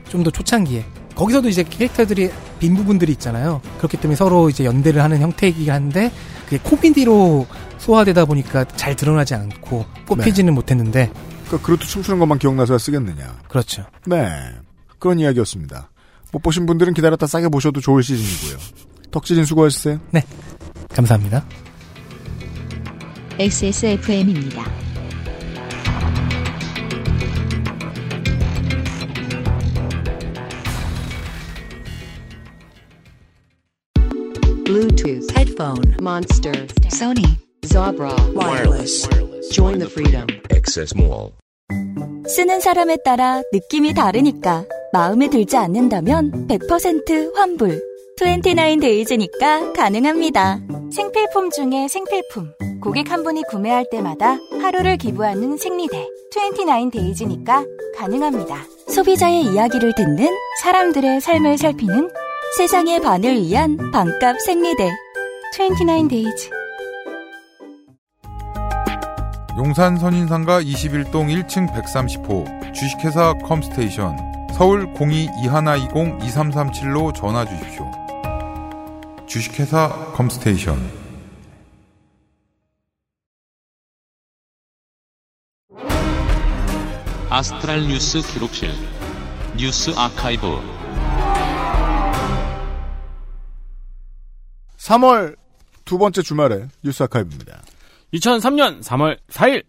Speaker 8: 좀 더 초창기에. 거기서도 이제 캐릭터들이 빈 부분들이 있잖아요. 그렇기 때문에 서로 이제 연대를 하는 형태이긴 한데 그게 코미디로 소화되다 보니까 잘 드러나지 않고
Speaker 2: 네.
Speaker 8: 뽑히지는 못했는데.
Speaker 2: 그러니까 그루트 춤추는 것만 기억나서야 쓰겠느냐.
Speaker 8: 그렇죠.
Speaker 2: 네. 그런 이야기였습니다. 못 보신 분들은 기다렸다 싸게 보셔도 좋을 시즌이고요. 덕질인 수고하셨어요.
Speaker 8: 네. 감사합니다.
Speaker 1: XSFM입니다.
Speaker 5: Bluetooth, headphone, Monster, Sony, Zabra, wireless. Join the freedom.
Speaker 6: Access Mall.
Speaker 9: 쓰는 사람에 따라 느낌이 다르니까 마음에 들지 않는다면 100% 환불. 29데이즈니까 가능합니다.
Speaker 15: 생필품 중에 생필품. 고객 한 분이 구매할 때마다 하루를 기부하는 생리대. 29데이즈니까 가능합니다.
Speaker 9: 소비자의 이야기를 듣는 사람들의 삶을 살피는 세상의 반을 위한 반값 생리대. 29데이즈.
Speaker 11: 용산 선인상가 21동 1층 130호 주식회사 컴스테이션 서울 02-2120-2337로 전화 주십시오. 주식회사 컴스테이션
Speaker 7: 아스트랄 뉴스 기록실 뉴스 아카이브
Speaker 2: 3월 두 번째 주말에 뉴스 아카이브입니다.
Speaker 3: 2003년 3월 4일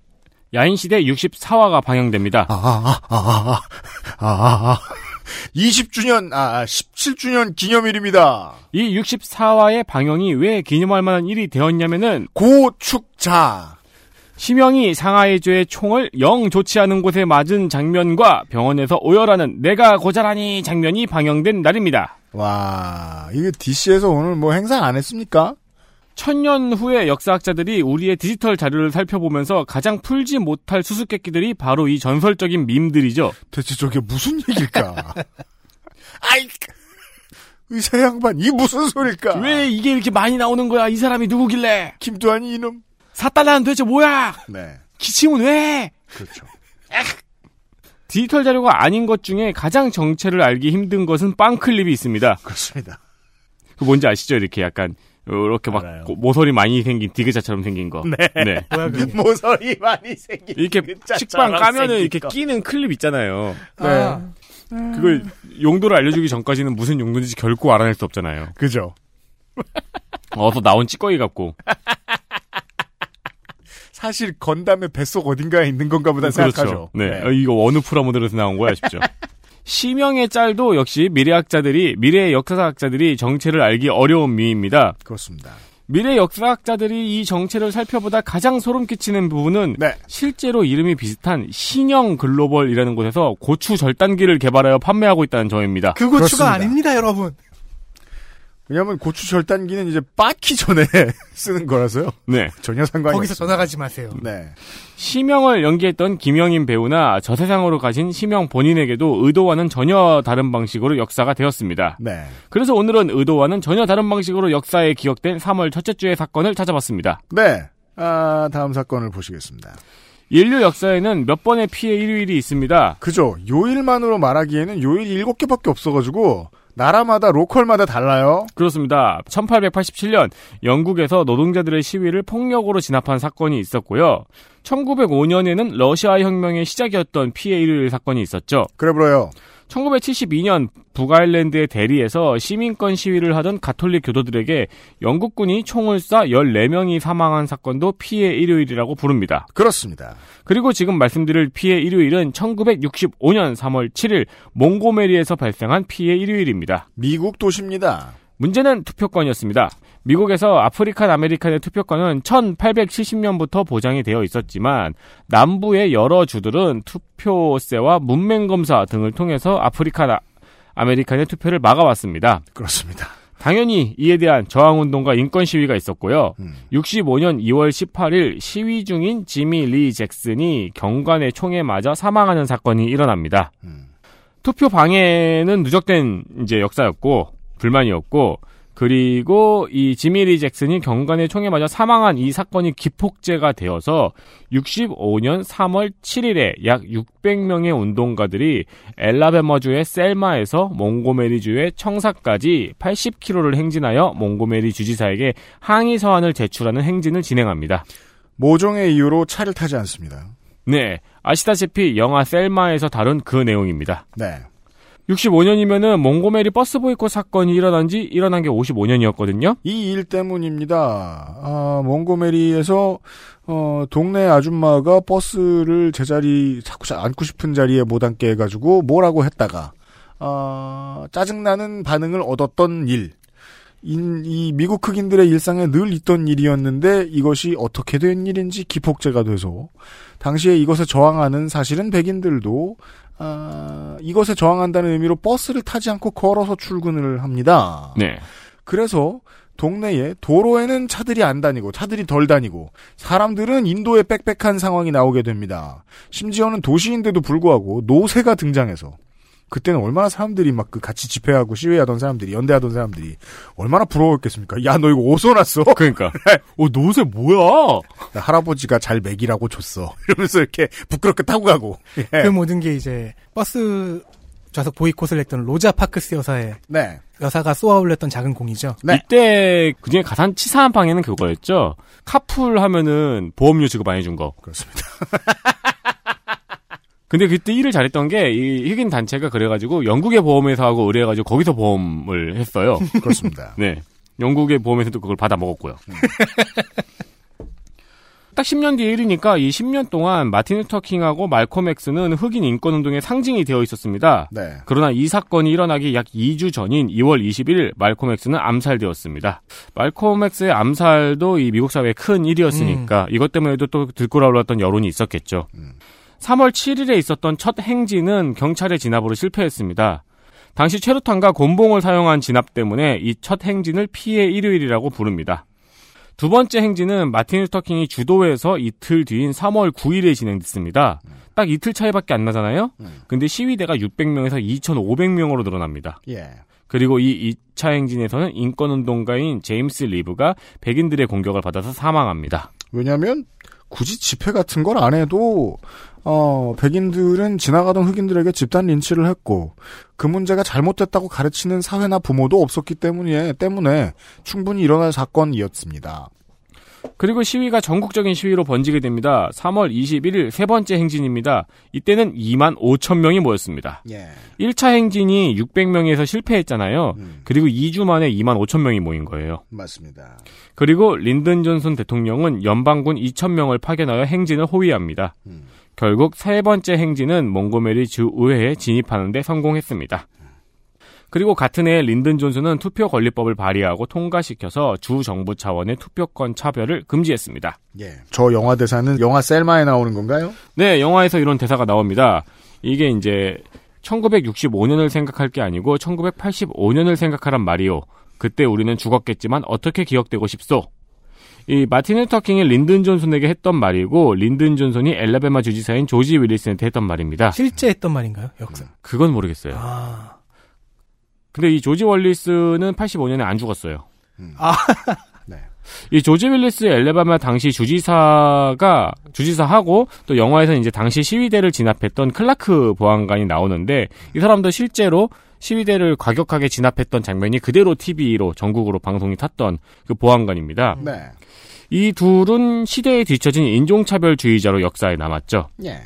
Speaker 3: 야인시대 64화가 방영됩니다.
Speaker 8: 아.
Speaker 2: 아, 아아아아 아, 아, 20주년 아 17주년 기념일입니다.
Speaker 3: 이 64화의 방영이 왜 기념할 만한 일이 되었냐면은
Speaker 2: 고축자
Speaker 3: 심형이 상하이주의 총을 영 좋지 않은 곳에 맞은 장면과 병원에서 오열하는 내가 고자라니 장면이 방영된 날입니다.
Speaker 2: 와, 이게 DC에서 오늘 뭐 행사 안 했습니까?
Speaker 3: 천년 후에 역사학자들이 우리의 디지털 자료를 살펴보면서 가장 풀지 못할 수수께끼들이 바로 이 전설적인 밈들이죠.
Speaker 2: 대체 저게 무슨 얘기일까? 아이 그, 의사 양반 이 무슨 소릴까?
Speaker 3: 왜 이게 이렇게 많이 나오는 거야? 이 사람이 누구길래?
Speaker 2: 김두한이 이놈.
Speaker 3: 사달라는 도대체 뭐야?
Speaker 2: 네.
Speaker 3: 기침은 왜? 아.
Speaker 2: 그렇죠.
Speaker 3: 디지털 자료가 아닌 것 중에 가장 정체를 알기 힘든 것은 빵클립이 있습니다.
Speaker 2: 그렇습니다.
Speaker 3: 그 뭔지 아시죠? 이렇게 약간 이렇게 막 고- 모서리 많이 생긴 디귿자처럼 생긴 거.
Speaker 2: 네.
Speaker 3: 네.
Speaker 2: 모서리 많이 생긴
Speaker 3: 이렇게
Speaker 2: 그자처럼
Speaker 3: 식빵 까면은
Speaker 2: 생긴
Speaker 3: 이렇게
Speaker 2: 거.
Speaker 3: 끼는 클립 있잖아요.
Speaker 2: 네. 아.
Speaker 3: 그걸 용도를 알려주기 전까지는 무슨 용도인지 결코 알아낼 수 없잖아요.
Speaker 2: 그죠.
Speaker 3: 어서 나온 찌꺼기 같고.
Speaker 2: 사실 건담의 뱃속 어딘가에 있는 건가 보다 생각하죠.
Speaker 3: 네. 어, 이거 어느 프라모델에서 나온 거야 싶죠. 심형의 짤도 역시 미래학자들이 미래의 역사학자들이 정체를 알기 어려운 미입니다.
Speaker 2: 그렇습니다.
Speaker 3: 미래 역사학자들이 이 정체를 살펴보다 가장 소름 끼치는 부분은 실제로 이름이 비슷한 신형 글로벌이라는 곳에서 고추 절단기를 개발하여 판매하고 있다는 점입니다.
Speaker 8: 그 고추가 아닙니다, 여러분.
Speaker 2: 왜냐하면 고추 절단기는 이제 빠키 전에 쓰는 거라서요.
Speaker 3: 네.
Speaker 2: 전혀 상관이
Speaker 8: 거기서
Speaker 2: 없습니다.
Speaker 8: 전화 가지 마세요.
Speaker 2: 네.
Speaker 3: 심형을 연기했던 김영인 배우나 저 세상으로 가신 심형 본인에게도 의도와는 전혀 다른 방식으로 역사가 되었습니다.
Speaker 2: 네.
Speaker 3: 그래서 오늘은 의도와는 전혀 다른 방식으로 역사에 기억된 3월 첫째 주의 사건을 찾아봤습니다.
Speaker 2: 네. 아, 다음 사건을 보시겠습니다.
Speaker 3: 인류 역사에는 몇 번의 피해 일요일이 있습니다.
Speaker 2: 그죠. 요일만으로 말하기에는 요일이 7개밖에 없어가지고, 나라마다, 로컬마다 달라요.
Speaker 3: 그렇습니다. 1887년 영국에서 노동자들의 시위를 폭력으로 진압한 사건이 있었고요. 1905년에는 러시아 혁명의 시작이었던 피해 일요일 사건이 있었죠.
Speaker 2: 그래 보여요.
Speaker 3: 1972년 북아일랜드의 대리에서 시민권 시위를 하던 가톨릭 교도들에게 영국군이 총을 쏴 14명이 사망한 사건도 피해 일요일이라고 부릅니다.
Speaker 2: 그렇습니다.
Speaker 3: 그리고 지금 말씀드릴 피해 일요일은 1965년 3월 7일 몽고메리에서 발생한 피해 일요일입니다.
Speaker 2: 미국 도시입니다.
Speaker 3: 문제는 투표권이었습니다. 미국에서 아프리칸 아메리칸의 투표권은 1870년부터 보장이 되어 있었지만 남부의 여러 주들은 투표세와 문맹 검사 등을 통해서 아프리칸 아, 아메리칸의 투표를 막아왔습니다.
Speaker 2: 그렇습니다.
Speaker 3: 당연히 이에 대한 저항운동과 인권시위가 있었고요. 65년 2월 18일 시위 중인 지미 리 잭슨이 경관의 총에 맞아 사망하는 사건이 일어납니다. 투표 방해는 누적된 이제 역사였고 불만이었고 그리고 이 지미 리 잭슨이 경관의 총에 맞아 사망한 이 사건이 기폭제가 되어서 65년 3월 7일에 약 600명의 운동가들이 엘라베머주의 셀마에서 몽고메리주의 청사까지 80km를 행진하여 몽고메리 주지사에게 항의 서한을 제출하는 행진을 진행합니다.
Speaker 2: 모종의 이유로 차를 타지 않습니다.
Speaker 3: 네, 아시다시피 영화 셀마에서 다룬 그 내용입니다.
Speaker 2: 네.
Speaker 3: 65년이면은 몽고메리 버스 보이콧 사건이 일어난 지 일어난 게 55년이었거든요.
Speaker 2: 이 일 때문입니다. 아, 몽고메리에서 어, 동네 아줌마가 버스를 제자리 자꾸 자- 앉고 싶은 자리에 못 앉게 해가지고 뭐라고 했다가 아, 짜증나는 반응을 얻었던 일. 인- 이 미국 흑인들의 일상에 늘 있던 일이었는데 이것이 어떻게 된 일인지 기폭제가 돼서 당시에 이것에 저항하는 사실은 백인들도 아, 이것에 저항한다는 의미로 버스를 타지 않고 걸어서 출근을 합니다.
Speaker 3: 네.
Speaker 2: 그래서 동네에 도로에는 차들이 안 다니고 차들이 덜 다니고 사람들은 인도의 빽빽한 상황이 나오게 됩니다. 심지어는 도시인데도 불구하고 노세가 등장해서 그때는 얼마나 사람들이 막 그 같이 집회하고 시위하던 사람들이 연대하던 사람들이 얼마나 부러웠겠습니까? 야 너 이거 어디서 났어?
Speaker 3: 그러니까 어 노세 뭐야?
Speaker 2: 할아버지가 잘 먹이라고 줬어 이러면서 이렇게 부끄럽게 타고 가고 예.
Speaker 8: 그 모든 게 이제 버스 좌석 보이콧을 했던 로자 파크스 여사의
Speaker 2: 네.
Speaker 8: 여사가 쏘아올렸던 작은 공이죠.
Speaker 3: 이때 그중에 가장 치사한 방에는 그거였죠. 카풀 하면은 보험료 지급 많이 준 거.
Speaker 2: 그렇습니다.
Speaker 3: 근데 그때 일을 잘했던 게 이 흑인 단체가 그래가지고 영국의 보험회사하고 의뢰해가지고 거기서 보험을 했어요.
Speaker 2: 그렇습니다.
Speaker 3: 네, 영국의 보험회사도 그걸 받아 먹었고요.
Speaker 2: 음.
Speaker 3: 딱 10년 뒤의 일이니까 이 10년 동안 마틴 루터킹하고 말콤 엑스는 흑인 인권 운동의 상징이 되어 있었습니다.
Speaker 2: 네.
Speaker 3: 그러나 이 사건이 일어나기 약 2주 전인 2월 20일 말콤 엑스는 암살되었습니다. 말콤 엑스의 암살도 이 미국 사회의 큰 일이었으니까 이것 때문에도 또 들끓어올랐던 여론이 있었겠죠. 3월 7일에 있었던 첫 행진은 경찰의 진압으로 실패했습니다. 당시 최루탄과 곤봉을 사용한 진압 때문에 이 첫 행진을 피해 일요일이라고 부릅니다. 두 번째 행진은 마틴 루터킹이 주도해서 이틀 뒤인 3월 9일에 진행됐습니다. 딱 이틀 차이밖에 안 나잖아요? 근데 시위대가 600명에서 2,500명으로 늘어납니다.
Speaker 2: 예.
Speaker 3: 그리고 이 2차 행진에서는 인권운동가인 제임스 리브가 백인들의 공격을 받아서 사망합니다.
Speaker 2: 왜냐하면 굳이 집회 같은 걸 안 해도 어, 백인들은 지나가던 흑인들에게 집단 린치를 했고 그 문제가 잘못됐다고 가르치는 사회나 부모도 없었기 때문에 때문에 충분히 일어날 사건이었습니다.
Speaker 3: 그리고 시위가 전국적인 시위로 번지게 됩니다. 3월 21일 세 번째 행진입니다. 이때는 2만 5천 명이 모였습니다.
Speaker 2: 예.
Speaker 3: 1차 행진이 600명에서 실패했잖아요. 그리고 2주 만에 2만 5천 명이 모인 거예요.
Speaker 2: 맞습니다.
Speaker 3: 그리고 린든 존슨 대통령은 연방군 2천 명을 파견하여 행진을 호위합니다. 결국 세 번째 행진은 몽고메리 주 의회에 진입하는데 성공했습니다. 그리고 같은 해 린든 존슨은 투표 권리법을 발의하고 통과시켜서 주 정부 차원의 투표권 차별을 금지했습니다.
Speaker 2: 예. 저 영화 대사는 영화 셀마에 나오는 건가요?
Speaker 3: 네, 영화에서 이런 대사가 나옵니다. 이게 이제 1965년을 생각할 게 아니고 1985년을 생각하란 말이요. 그때 우리는 죽었겠지만 어떻게 기억되고 싶소? 이 마틴 루터킹이 린든 존슨에게 했던 말이고 린든 존슨이 엘라베마 주지사인 조지 윌리스한테 했던 말입니다.
Speaker 8: 실제 했던 말인가요? 아. 역사.
Speaker 3: 그건
Speaker 2: 네.
Speaker 3: 모르겠어요. 근데 이 조지 월리스는 85년에 안 죽었어요.
Speaker 8: 아.
Speaker 3: 이 조지 윌리스 엘레바마 당시 주지사가 주지사하고 또 영화에서는 이제 당시 시위대를 진압했던 클라크 보안관이 나오는데 이 사람도 실제로 시위대를 과격하게 진압했던 장면이 그대로 TV로 전국으로 방송이 탔던 그 보안관입니다.
Speaker 2: 네.
Speaker 3: 이 둘은 시대에 뒤처진 인종차별주의자로 역사에 남았죠.
Speaker 2: 예.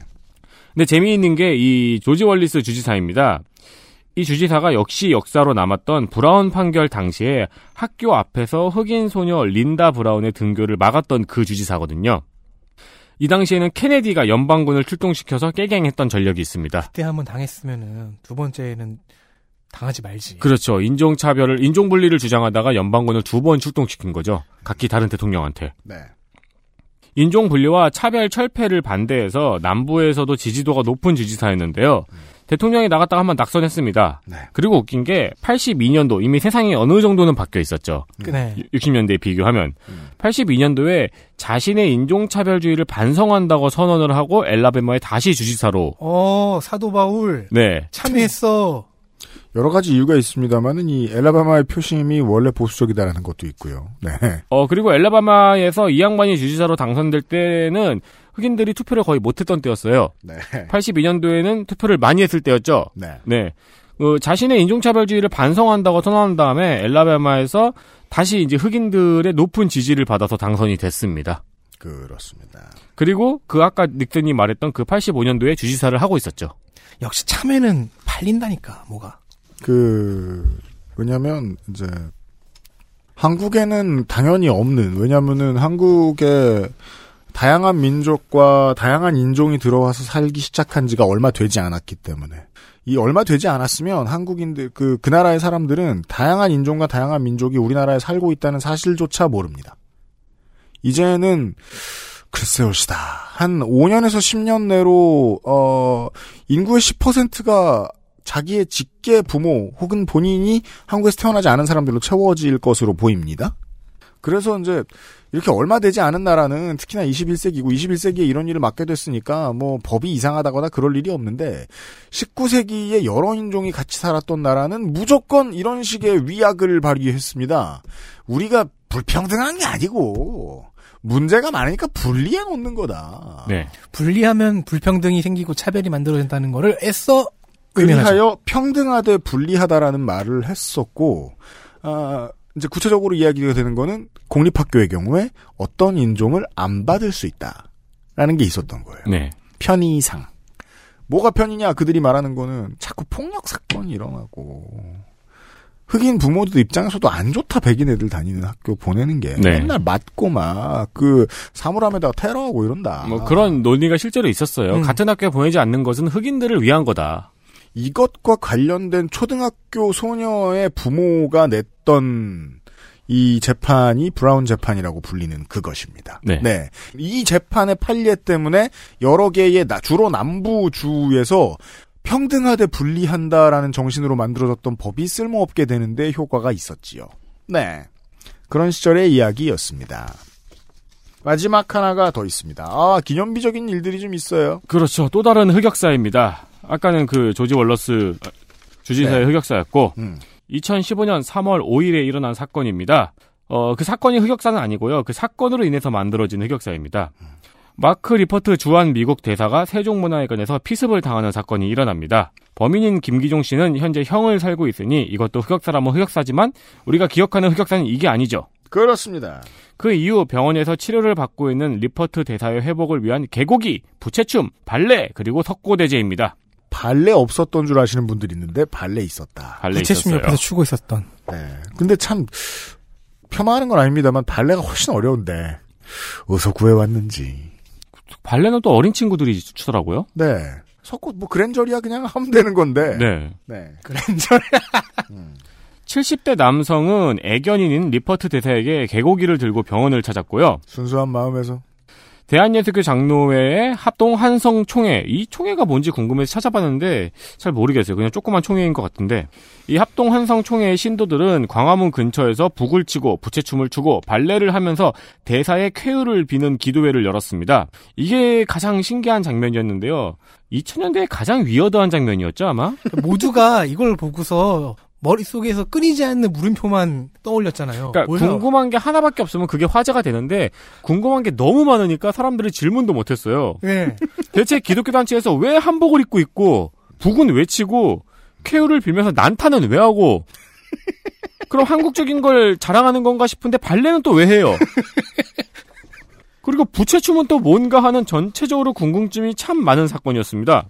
Speaker 3: 근데 재미있는 게 이 조지 월리스 주지사입니다. 이 주지사가 역시 역사로 남았던 브라운 판결 당시에 학교 앞에서 흑인 소녀 린다 브라운의 등교를 막았던 그 주지사거든요. 이 당시에는 케네디가 연방군을 출동시켜서 깨갱했던 전력이 있습니다.
Speaker 8: 그때 한번 당했으면은 두 번째는 당하지 말지.
Speaker 3: 그렇죠. 인종차별을, 인종분리를 주장하다가 연방군을 두 번 출동시킨 거죠. 각기 다른 대통령한테.
Speaker 2: 네.
Speaker 3: 인종분리와 차별 철폐를 반대해서 남부에서도 지지도가 높은 지지사였는데요. 대통령이 나갔다가 한 번 낙선했습니다. 그리고 웃긴 게 82년도 이미 세상이 어느 정도는 바뀌어 있었죠.
Speaker 8: 네.
Speaker 3: 예. 60년대에 비교하면 82년도에 자신의 인종차별주의를 반성한다고 선언을 하고 엘라베마에 다시 주지사로
Speaker 8: 어 사도 바울
Speaker 3: 네
Speaker 8: 참여했어.
Speaker 2: 여러 가지 이유가 있습니다만은 이 엘라바마의 표심이 원래 보수적이다라는 것도 있고요. 네.
Speaker 3: 어, 그리고 엘라바마에서 이 양반이 주지사로 당선될 때는 흑인들이 투표를 거의 못했던 때였어요. 82년도에는 투표를 많이 했을 때였죠.
Speaker 2: 네.
Speaker 3: 어, 자신의 인종차별주의를 반성한다고 선언한 다음에 엘라바마에서 다시 이제 흑인들의 높은 지지를 받아서 당선이 됐습니다.
Speaker 2: 그렇습니다.
Speaker 3: 그리고 그 아까 닉슨이 말했던 그 85년도에 주지사를 하고 있었죠.
Speaker 8: 역시 참외는 팔린다니까 뭐가.
Speaker 2: 그 왜냐하면 이제 한국에는 당연히 없는 왜냐하면은 한국에 다양한 민족과 다양한 인종이 들어와서 살기 시작한 지가 얼마 되지 않았기 때문에 이 얼마 되지 않았으면 한국인들 그, 그 나라의 사람들은 다양한 인종과 다양한 민족이 우리나라에 살고 있다는 사실조차 모릅니다. 이제는 글쎄요, 시다. 한 5년에서 10년 내로 어 인구의 10%가 자기의 직계 부모 혹은 본인이 한국에서 태어나지 않은 사람들로 채워질 것으로 보입니다. 그래서 이제 이렇게 얼마 되지 않은 나라는 특히나 21세기고 21세기에 이런 일을 맡게 됐으니까 뭐 법이 이상하다거나 그럴 일이 없는데 19세기에 여러 인종이 같이 살았던 나라는 무조건 이런 식의 위약을 발휘했습니다. 우리가 불평등한 게 아니고 문제가 많으니까 분리해 놓는 거다.
Speaker 3: 네.
Speaker 8: 분리하면 불평등이 생기고 차별이 만들어진다는 거를 애써 의미하죠.
Speaker 2: 그리하여 평등하되 분리하다라는 말을 했었고, 아, 이제 구체적으로 이야기가 되는 거는 공립학교의 경우에 어떤 인종을 안 받을 수 있다라는 게 있었던 거예요.
Speaker 3: 네.
Speaker 2: 편의상. 뭐가 편이냐 그들이 말하는 거는 자꾸 폭력 사건이 일어나고 흑인 부모들 입장에서도 안 좋다 백인 애들 다니는 학교 보내는 게
Speaker 3: 네.
Speaker 2: 맨날 맞고 막 그 사물함에다가 테러하고 이런다.
Speaker 3: 뭐 그런 논의가 실제로 있었어요.
Speaker 2: 음.
Speaker 3: 같은 학교에 보내지 않는 것은 흑인들을 위한 거다.
Speaker 2: 이것과 관련된 초등학교 소녀의 부모가 냈던 이 재판이 브라운 재판이라고 불리는 그것입니다.
Speaker 3: 네.
Speaker 2: 이 재판의 판례 때문에 여러 개의 나- 주로 남부주에서 평등하되 분리한다라는 정신으로 만들어졌던 법이 쓸모없게 되는데 효과가 있었지요. 네. 그런 시절의 이야기였습니다. 마지막 하나가 더 있습니다. 아, 기념비적인 일들이 좀 있어요.
Speaker 3: 그렇죠. 또 다른 흑역사입니다. 아까는 그 조지 월러스 아, 주지사의 흑역사였고 2015년 3월 5일에 일어난 사건입니다. 어, 그 사건이 흑역사는 아니고요. 그 사건으로 인해서 만들어진 흑역사입니다. 마크 리퍼트 주한 미국 대사가 세종문화회관에서 피습을 당하는 사건이 일어납니다. 범인인 김기종 씨는 현재 형을 살고 있으니 이것도 흑역사라면 흑역사지만 우리가 기억하는 흑역사는 이게 아니죠.
Speaker 2: 그렇습니다.
Speaker 3: 그 이후 병원에서 치료를 받고 있는 리퍼트 대사의 회복을 위한 개고기, 부채춤, 발레, 그리고 석고대제입니다.
Speaker 2: 발레 없었던 줄 아시는 분들이 있는데 발레 있었다.
Speaker 3: 발레
Speaker 8: 부채춤
Speaker 3: 있었어요.
Speaker 8: 옆에서 추고 있었던.
Speaker 2: 네. 근데 참 폄하하는 건 아닙니다만 발레가 훨씬 어려운데 어디서 구해왔는지.
Speaker 3: 발레는 또 어린 친구들이 추더라고요.
Speaker 2: 네. 석고 뭐 그랜저리야 그냥 하면 되는 건데.
Speaker 3: 네.
Speaker 2: 네.
Speaker 8: 그랜저리야.
Speaker 3: 70대 남성은 애견인인 리퍼트 대사에게 개고기를 들고 병원을 찾았고요.
Speaker 2: 순수한 마음에서
Speaker 3: 대한예수교 장로회의 합동 한성 총회. 이 총회가 뭔지 궁금해서 찾아봤는데 잘 모르겠어요. 그냥 조그만 총회인 것 같은데 이 합동 한성 총회의 신도들은 광화문 근처에서 북을 치고 부채춤을 추고 발레를 하면서 대사의 쾌유를 비는 기도회를 열었습니다. 이게 가장 신기한 장면이었는데요. 2000년대에 가장 위어드한 장면이었죠 아마?
Speaker 8: 모두가 이걸 보고서 머릿속에서 끊이지 않는 물음표만 떠올렸잖아요.
Speaker 3: 그러니까
Speaker 8: 어, 뭐야?
Speaker 3: 궁금한 게 하나밖에 없으면 그게 화제가 되는데 궁금한 게 너무 많으니까 사람들이 질문도 못했어요.
Speaker 8: 예.
Speaker 3: 대체 기독교 단체에서 왜 한복을 입고 있고 북은 왜 치고 쾌유를 빌면서 난타는 왜 하고 그럼 한국적인 걸 자랑하는 건가 싶은데 발레는 또 왜 해요? 그리고 부채춤은 또 뭔가 하는 전체적으로 궁금증이 참 많은 사건이었습니다.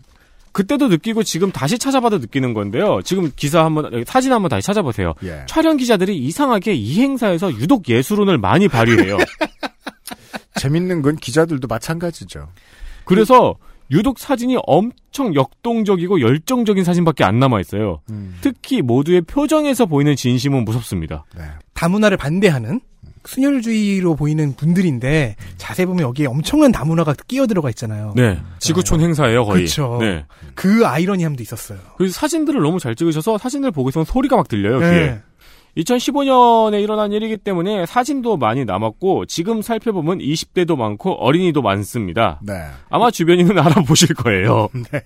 Speaker 3: 그때도 느끼고 지금 다시 찾아봐도 느끼는 건데요. 지금 기사 한번 사진 한번 다시 찾아보세요.
Speaker 2: 예.
Speaker 3: 촬영 기자들이 이상하게 이 행사에서 유독 예술론을 많이 발휘해요.
Speaker 2: 재밌는 건 기자들도 마찬가지죠.
Speaker 3: 그래서 유독 사진이 엄청 역동적이고 열정적인 사진밖에 안 남아 있어요.
Speaker 8: 음.
Speaker 3: 특히 모두의 표정에서 보이는 진심은 무섭습니다.
Speaker 8: 다문화를 반대하는 순혈주의로 보이는 분들인데 자세히 보면 여기에 엄청난 다문화가 끼어 들어가 있잖아요.
Speaker 3: 네, 지구촌 행사예요 거의.
Speaker 8: 그렇죠.
Speaker 3: 네.
Speaker 8: 그 아이러니함도 있었어요.
Speaker 3: 그래서 사진들을 너무 잘 찍으셔서 사진을 보고 있으면 소리가 막 들려요,
Speaker 8: 네.
Speaker 3: 귀에. 2015년에 일어난 일이기 때문에 사진도 많이 남았고 지금 살펴보면 20대도 많고 어린이도 많습니다.
Speaker 2: 네.
Speaker 3: 아마 주변인은 알아보실 거예요.
Speaker 8: 네.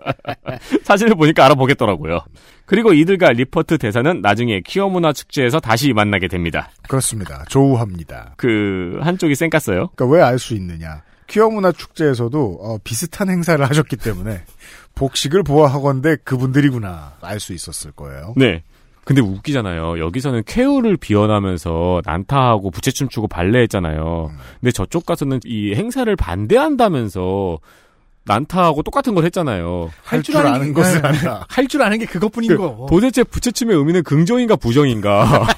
Speaker 3: 사진을 보니까 알아보겠더라고요. 그리고 이들과 리퍼트 대사는 나중에 키어문화 축제에서 다시 만나게 됩니다.
Speaker 2: 그렇습니다. 조우합니다.
Speaker 3: 그 한쪽이 쌩깠어요.
Speaker 2: 그러니까 왜 알 수 있느냐? 퀴어 문화 축제에서도 어, 비슷한 행사를 하셨기 때문에 복식을 보아하건대 그분들이구나 알 수 있었을 거예요.
Speaker 3: 네. 근데 웃기잖아요. 여기서는 쾌유를 비현하면서 난타하고 부채춤 추고 발레했잖아요. 근데 저쪽 가서는 이 행사를 반대한다면서 난타하고 똑같은 걸 했잖아요.
Speaker 8: 할줄 아는 게- 네. 할 줄 아는 게 그것뿐인
Speaker 3: 그
Speaker 8: 거.
Speaker 3: 도대체 부채춤의 의미는 긍정인가 부정인가?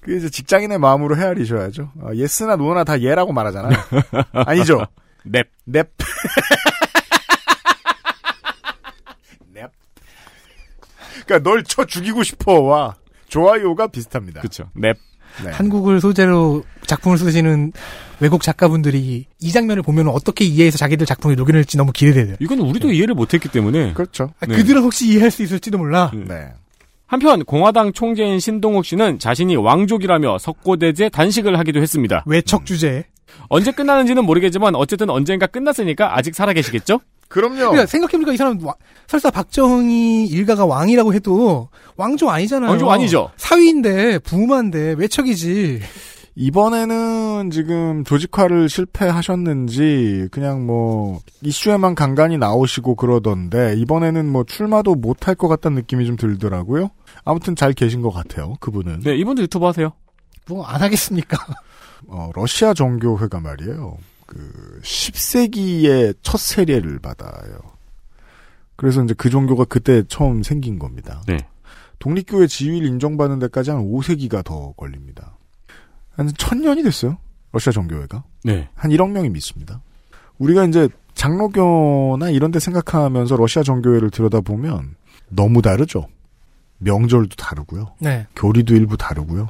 Speaker 2: 그 이제 직장인의 마음으로 헤아리셔야죠. 어, 예스나 노나 다 예라고 말하잖아요. 아니죠.
Speaker 3: 넵.
Speaker 2: 넵. 그러니까 널 쳐 죽이고 싶어와 좋아요가 비슷합니다.
Speaker 3: 그렇죠. 맵.
Speaker 2: 네.
Speaker 8: 한국을 소재로 작품을 쓰시는 외국 작가분들이 이 장면을 보면 어떻게 이해해서 자기들 작품에 녹여낼지 너무 기대돼요.
Speaker 3: 이건 우리도 이해를 못했기 때문에.
Speaker 2: 그렇죠.
Speaker 3: 네.
Speaker 2: 네.
Speaker 8: 아, 그들은 혹시 이해할 수 있을지도 몰라.
Speaker 3: 한편 공화당 총재인 신동욱 씨는 자신이 왕족이라며 석고대제 단식을 하기도 했습니다.
Speaker 8: 외척 주제.
Speaker 3: 언제 끝나는지는 모르겠지만 어쨌든 언젠가 끝났으니까 아직 살아계시겠죠? 어.
Speaker 2: 그럼요.
Speaker 8: 그러니까 생각해보니까 이 사람 와- 설사 박정희 일가가 왕이라고 해도 왕조 아니잖아요.
Speaker 3: 왕조 아니죠.
Speaker 8: 사위인데 부마인데 외척이지.
Speaker 2: 이번에는 지금 조직화를 실패하셨는지 그냥 뭐 이슈에만 간간히 나오시고 그러던데 이번에는 뭐 출마도 못할 것 같다는 느낌이 좀 들더라고요. 아무튼 잘 계신 것 같아요. 그분은.
Speaker 3: 네, 이분도 유튜브 하세요.
Speaker 8: 뭐 안 하겠습니까?
Speaker 2: 어, 러시아 정교회가 말이에요. 그 10세기에 첫 세례를 받아요. 그래서 이제 그 종교가 그때 처음 생긴 겁니다.
Speaker 3: 네.
Speaker 2: 독립교회 지위를 인정받는 데까지 한 5세기가 더 걸립니다. 한 천년이 됐어요. 러시아 정교회가.
Speaker 3: 네.
Speaker 2: 한 1억 명이 믿습니다. 우리가 이제 장로교나 이런 데 생각하면서 러시아 정교회를 들여다보면 너무 다르죠. 명절도 다르고요.
Speaker 8: 네.
Speaker 2: 교리도 일부 다르고요.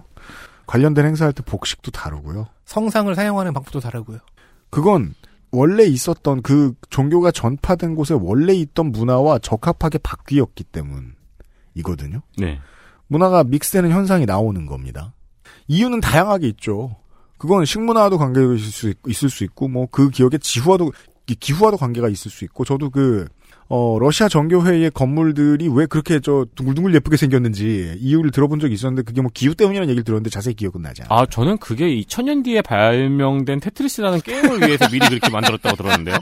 Speaker 2: 관련된 행사할 때 복식도 다르고요.
Speaker 8: 성상을 사용하는 방법도 다르고요.
Speaker 2: 그건 원래 있었던 그 종교가 전파된 곳에 원래 있던 문화와 적합하게 바뀌었기 때문이거든요.
Speaker 3: 네.
Speaker 2: 문화가 믹스되는 현상이 나오는 겁니다. 이유는 다양하게 있죠. 그건 식문화와도 관계가 있을 수, 있- 있을 수 있고, 뭐, 그 기억의 지후와도, 기- 기후와도 관계가 있을 수 있고, 저도 그, 어, 러시아 정교회의 건물들이 왜 그렇게 저 둥글둥글 예쁘게 생겼는지 이유를 들어본 적이 있었는데, 그게 뭐 기후 때문이라는 얘기를 들었는데 자세히 기억은 나지 않아요.
Speaker 3: 아, 저는 그게 2000년 뒤에 발명된 테트리스라는 게임을 위해서 미리 그렇게 만들었다고 들었는데요.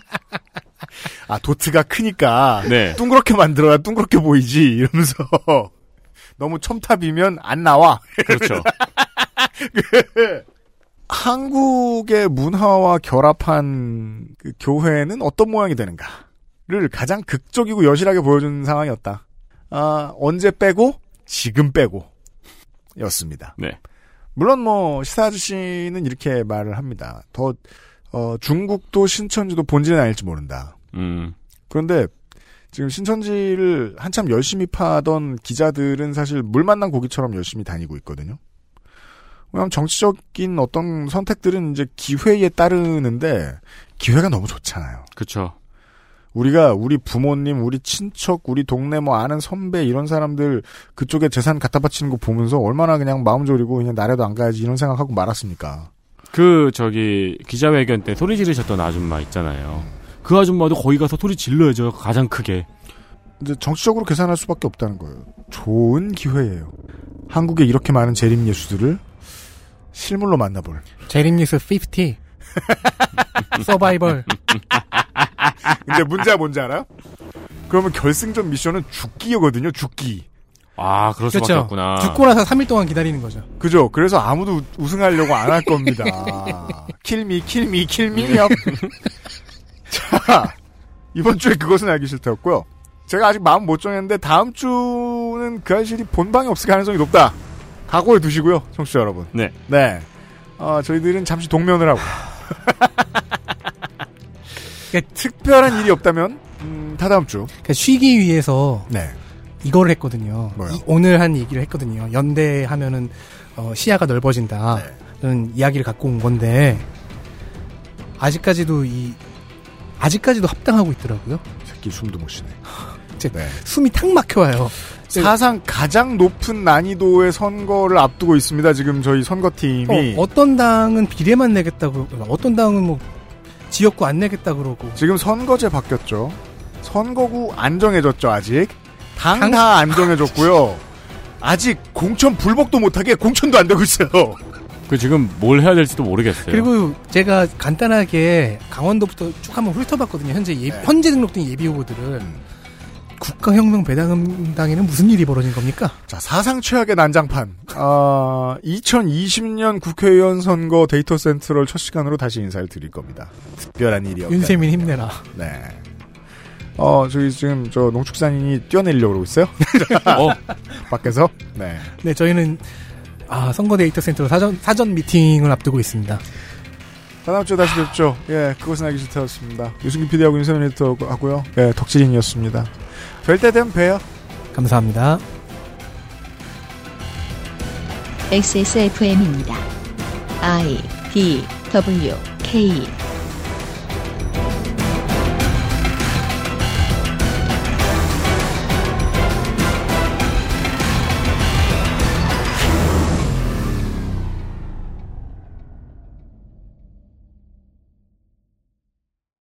Speaker 2: 아, 도트가 크니까.
Speaker 3: 네.
Speaker 2: 둥그렇게 만들어야 둥그렇게 보이지. 이러면서. 너무 첨탑이면 안 나와.
Speaker 3: 그렇죠.
Speaker 2: 한국의 문화와 결합한 그 교회는 어떤 모양이 되는가를 가장 극적이고 여실하게 보여준 상황이었다. 아, 언제 빼고 지금 빼고 였습니다.
Speaker 3: 네.
Speaker 2: 물론 뭐 시사 아저씨는 이렇게 말을 합니다. 더 어, 중국도 신천지도 본질은 아닐지 모른다.
Speaker 3: 음.
Speaker 2: 그런데 지금 신천지를 한참 열심히 파던 기자들은 사실 물 만난 고기처럼 열심히 다니고 있거든요. 왜냐하면 정치적인 어떤 선택들은 이제 기회에 따르는데 기회가 너무 좋잖아요.
Speaker 3: 그렇죠.
Speaker 2: 우리가 우리 부모님, 우리 친척, 우리 동네 뭐 아는 선배 이런 사람들 그쪽에 재산 갖다 바치는 거 보면서 얼마나 그냥 마음 졸이고 그냥 나라도 안 가야지 이런 생각하고 말았습니까.
Speaker 3: 그 저기 기자회견 때 소리 지르셨던 아줌마 있잖아요. 그 아줌마도 거기 가서 소리 질러야죠. 가장 크게.
Speaker 2: 이제 정치적으로 계산할 수밖에 없다는 거예요. 좋은 기회예요. 한국에 이렇게 많은 재림 예수들을 실물로 만나볼.
Speaker 8: 재림뉴스 50. 서바이벌.
Speaker 2: 근데 문제가 뭔지 알아요? 그러면 결승전 미션은 죽기거든요, 죽기.
Speaker 3: 아, 그럴 수밖에
Speaker 8: 그렇죠.
Speaker 3: 없구나.
Speaker 8: 죽고 나서 3일 동안 기다리는 거죠.
Speaker 2: 그죠. 그래서 아무도 우- 우승하려고 안 할 겁니다. 킬미, 킬미, 킬미역. 자, 이번 주에 그것은 알기 싫다였고요. 제가 아직 마음 못 정했는데 다음 주는 그 아실이 본방이 없을 가능성이 높다. 각오해 두시고요, 청취자 여러분.
Speaker 3: 네.
Speaker 2: 네. 어, 저희들은 잠시 동면을 하고. 그러니까 특별한 일이 없다면 음, 다다음 주.
Speaker 8: 그러니까 쉬기 위해서
Speaker 2: 네.
Speaker 8: 이걸 했거든요. 이- 오늘 한 얘기를 했거든요. 연대하면은 어, 시야가 넓어진다.
Speaker 2: 네.
Speaker 8: 이런 이야기를 갖고 온 건데 아직까지도 이 아직까지도 합당하고 있더라고요.
Speaker 2: 새끼 숨도 못 쉬네.
Speaker 8: 제 숨이 탁 막혀와요.
Speaker 2: 사상 가장 높은 난이도의 선거를 앞두고 있습니다. 지금 저희 선거팀이
Speaker 8: 어, 떤 당은 비례만 내겠다고 그러고, 어떤 당은 뭐 지역구 안 내겠다 그러고
Speaker 2: 지금 선거제 바뀌었죠. 선거구 안 정해졌죠 아직. 당
Speaker 8: 당-
Speaker 2: 다 안 정해졌고요. 아직 공천 불복도 못하게 공천도 안 되고 있어요.
Speaker 3: 그 지금 뭘 해야 될지도 모르겠어요.
Speaker 8: 그리고 제가 간단하게 강원도부터 쭉 한번 훑어봤거든요. 현재 예- 현재 등록된 예비 후보들을 국가혁명 배당당에는 무슨 일이 벌어진 겁니까?
Speaker 2: 자 사상 최악의 난장판. 아 2020년 국회의원 선거 데이터 센트럴 첫 시간으로 다시 인사를 드릴 겁니다. 특별한 일이었다.
Speaker 8: 윤세민 힘내라.
Speaker 2: 네. 어 저기 지금 저 농축산인이 뛰어내리려고 그러고 있어요. 밖에서. 네.
Speaker 8: 네, 저희는 아, 선거 데이터 센터 사전 사전 미팅을 앞두고 있습니다.
Speaker 2: 다음 주에 다시 뵙죠. 예, 그것은 알기 싫다였습니다. 유승균 PD하고 윤세민 리터하고요. 예, 덕질인이었습니다. 별 때 되면 봬요.
Speaker 8: 감사합니다.
Speaker 1: XSFM입니다. I D W K